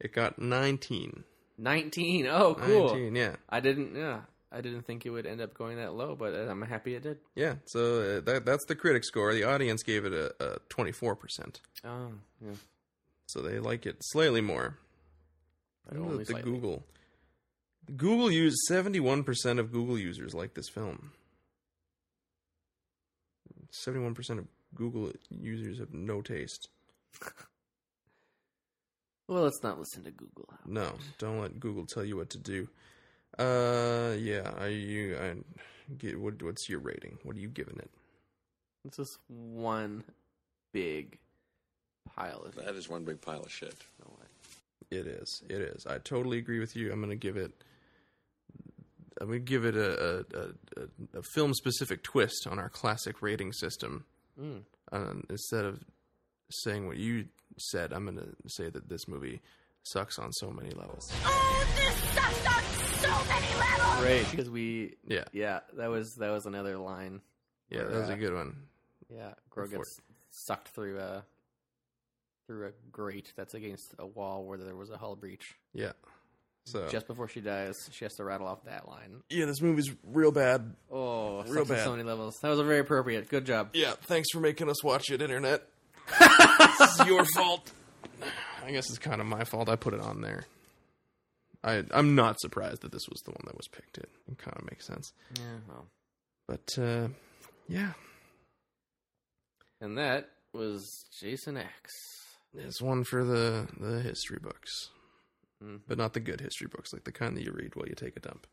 Speaker 1: It got nineteen.
Speaker 2: 19. Oh, cool.
Speaker 1: Nineteen. Yeah.
Speaker 2: I didn't. Yeah, I didn't think it would end up going that low, but uh, I'm happy it did.
Speaker 1: Yeah. So uh, that that's the critic score. The audience gave it a- a twenty-four percent.
Speaker 2: Oh, yeah.
Speaker 1: So they like it slightly more. I
Speaker 2: But
Speaker 1: don't know
Speaker 2: only
Speaker 1: that the
Speaker 2: slightly.
Speaker 1: Google. Google used seventy-one percent of Google users like this film. Seventy-one percent of Google users have no taste.
Speaker 2: Well, let's not listen to Google.
Speaker 1: No, don't let Google tell you what to do. Uh, yeah. I you I get what what's your rating? What are you giving it?
Speaker 2: It's just one big pile of
Speaker 9: That is one big pile of shit.
Speaker 1: It is. It is. I totally agree with you. I'm gonna give it. I'm gonna give it a a, a, a- a film specific twist on our classic rating system.
Speaker 2: Mm.
Speaker 1: Um, instead of saying what you said, I'm gonna say that this movie sucks on so many levels.
Speaker 8: Oh, this sucks on so many levels!
Speaker 2: Great, because we.
Speaker 1: Yeah,
Speaker 2: Yeah, that was that was another line.
Speaker 1: yeah, that was a good one.
Speaker 2: Yeah, Gro
Speaker 1: Before-
Speaker 2: gets sucked through a through a grate that's against a wall where there was a hull breach.
Speaker 1: Yeah. So
Speaker 2: Just before she dies, she has to rattle off that line.
Speaker 1: yeah, this movie's real bad.
Speaker 2: Oh,
Speaker 1: Real
Speaker 2: sucks on
Speaker 1: bad.
Speaker 2: so many levels. That was very appropriate. Good job.
Speaker 1: Yeah, thanks for making us watch it, internet. it's your fault. I guess it's kind of my fault. I put it on there. I I'm not surprised that this was the one that was picked. It, it kind of makes sense.
Speaker 2: Yeah. Well.
Speaker 1: But uh, yeah,
Speaker 2: And that was Jason X.
Speaker 1: it's one for the the history books,
Speaker 2: Mhm.
Speaker 1: but not the good history books, like the kind that you read while you take a dump.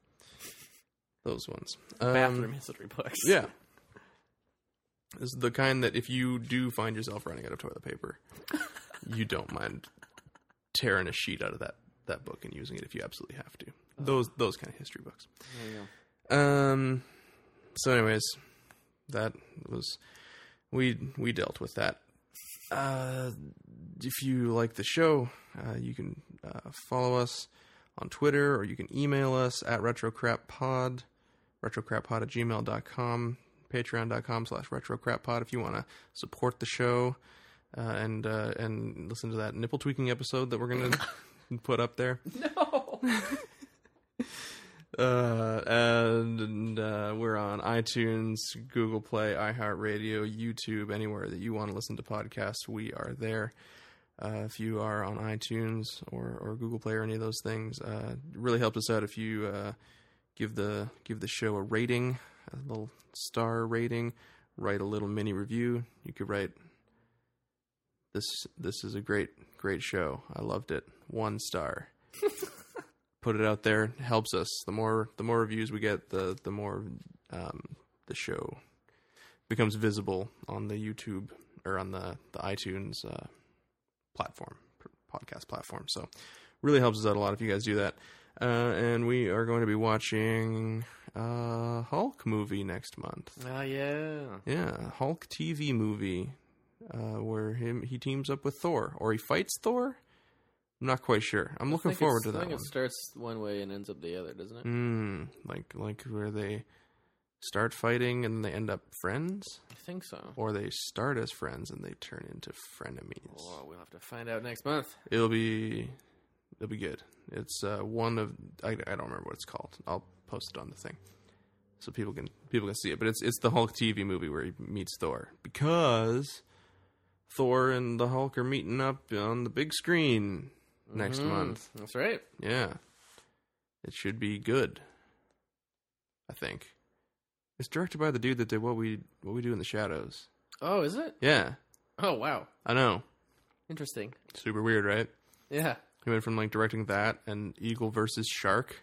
Speaker 1: Those ones. Um,
Speaker 2: Bathroom history books.
Speaker 1: Yeah. This is the kind that if you do find yourself running out of toilet paper, you don't mind tearing a sheet out of that, that book and using it if you absolutely have to. Those those kind of history books.
Speaker 2: Oh. There you go.
Speaker 1: Um so anyways, that was we we dealt with that. Uh if you like the show, uh, you can uh, follow us on Twitter or you can email us at retrocrappod, retrocrappod at gmail.com, patreon.com slash retrocrappod if you want to support the show uh, and uh, and listen to that nipple tweaking episode that we're going to put up there. No. uh, and and uh, we're on iTunes, Google Play, iHeartRadio, YouTube, anywhere that you want to listen to podcasts, we are there. Uh, if you are on iTunes or, or Google Play or any of those things, uh, it really helps us out if you uh, give the give the show a rating, a little star rating, write a little mini review. You could write this this is a great great show. I loved it. One star. put it out there helps us. The more the more reviews we get, the the more um, the show becomes visible on the YouTube or on the the iTunes uh, platform podcast platform. So really helps us out a lot if you guys do that. Uh, and we are going to be watching uh, Hulk movie next month.
Speaker 2: Oh yeah.
Speaker 1: Yeah, Hulk TV movie uh, where him he teams up with Thor or he fights Thor. I'm not quite sure. I'm looking forward to
Speaker 2: I
Speaker 1: that
Speaker 2: think
Speaker 1: one.
Speaker 2: it starts one way and ends up the other, doesn't it?
Speaker 1: Mm, like like where they start fighting and they end up friends,
Speaker 2: I think so.
Speaker 1: or they start as friends and they turn into frenemies.
Speaker 2: Well, we'll have to find out next month.
Speaker 1: It'll be it'll be good. It's uh, one of I, I don't remember what it's called. I'll post it on the thing so people can people can see it. But it's it's the Hulk TV movie where he meets Thor because Thor and the Hulk are meeting up on the big screen next
Speaker 2: Mm,
Speaker 1: month.
Speaker 2: That's right.
Speaker 1: Yeah, it should be good. I think it's directed by the dude that did what we what we do in the shadows.
Speaker 2: Oh, is it?
Speaker 1: Yeah,
Speaker 2: Oh, wow.
Speaker 1: I know.
Speaker 2: Interesting.
Speaker 1: Super weird, right?
Speaker 2: Yeah.
Speaker 1: He went from like directing that and Eagle versus Shark,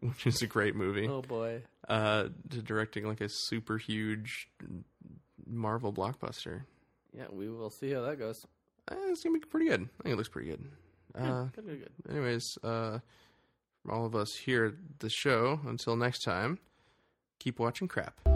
Speaker 1: which is a great movie,
Speaker 2: Oh boy.
Speaker 1: uh, to directing like a super huge Marvel blockbuster.
Speaker 2: Yeah, we will see how that goes.
Speaker 1: Eh, it's gonna be pretty good. I think it looks pretty good. Uh,
Speaker 2: Good, good, good.
Speaker 1: anyways, uh, from all of us here at the show, until next time, keep watching crap.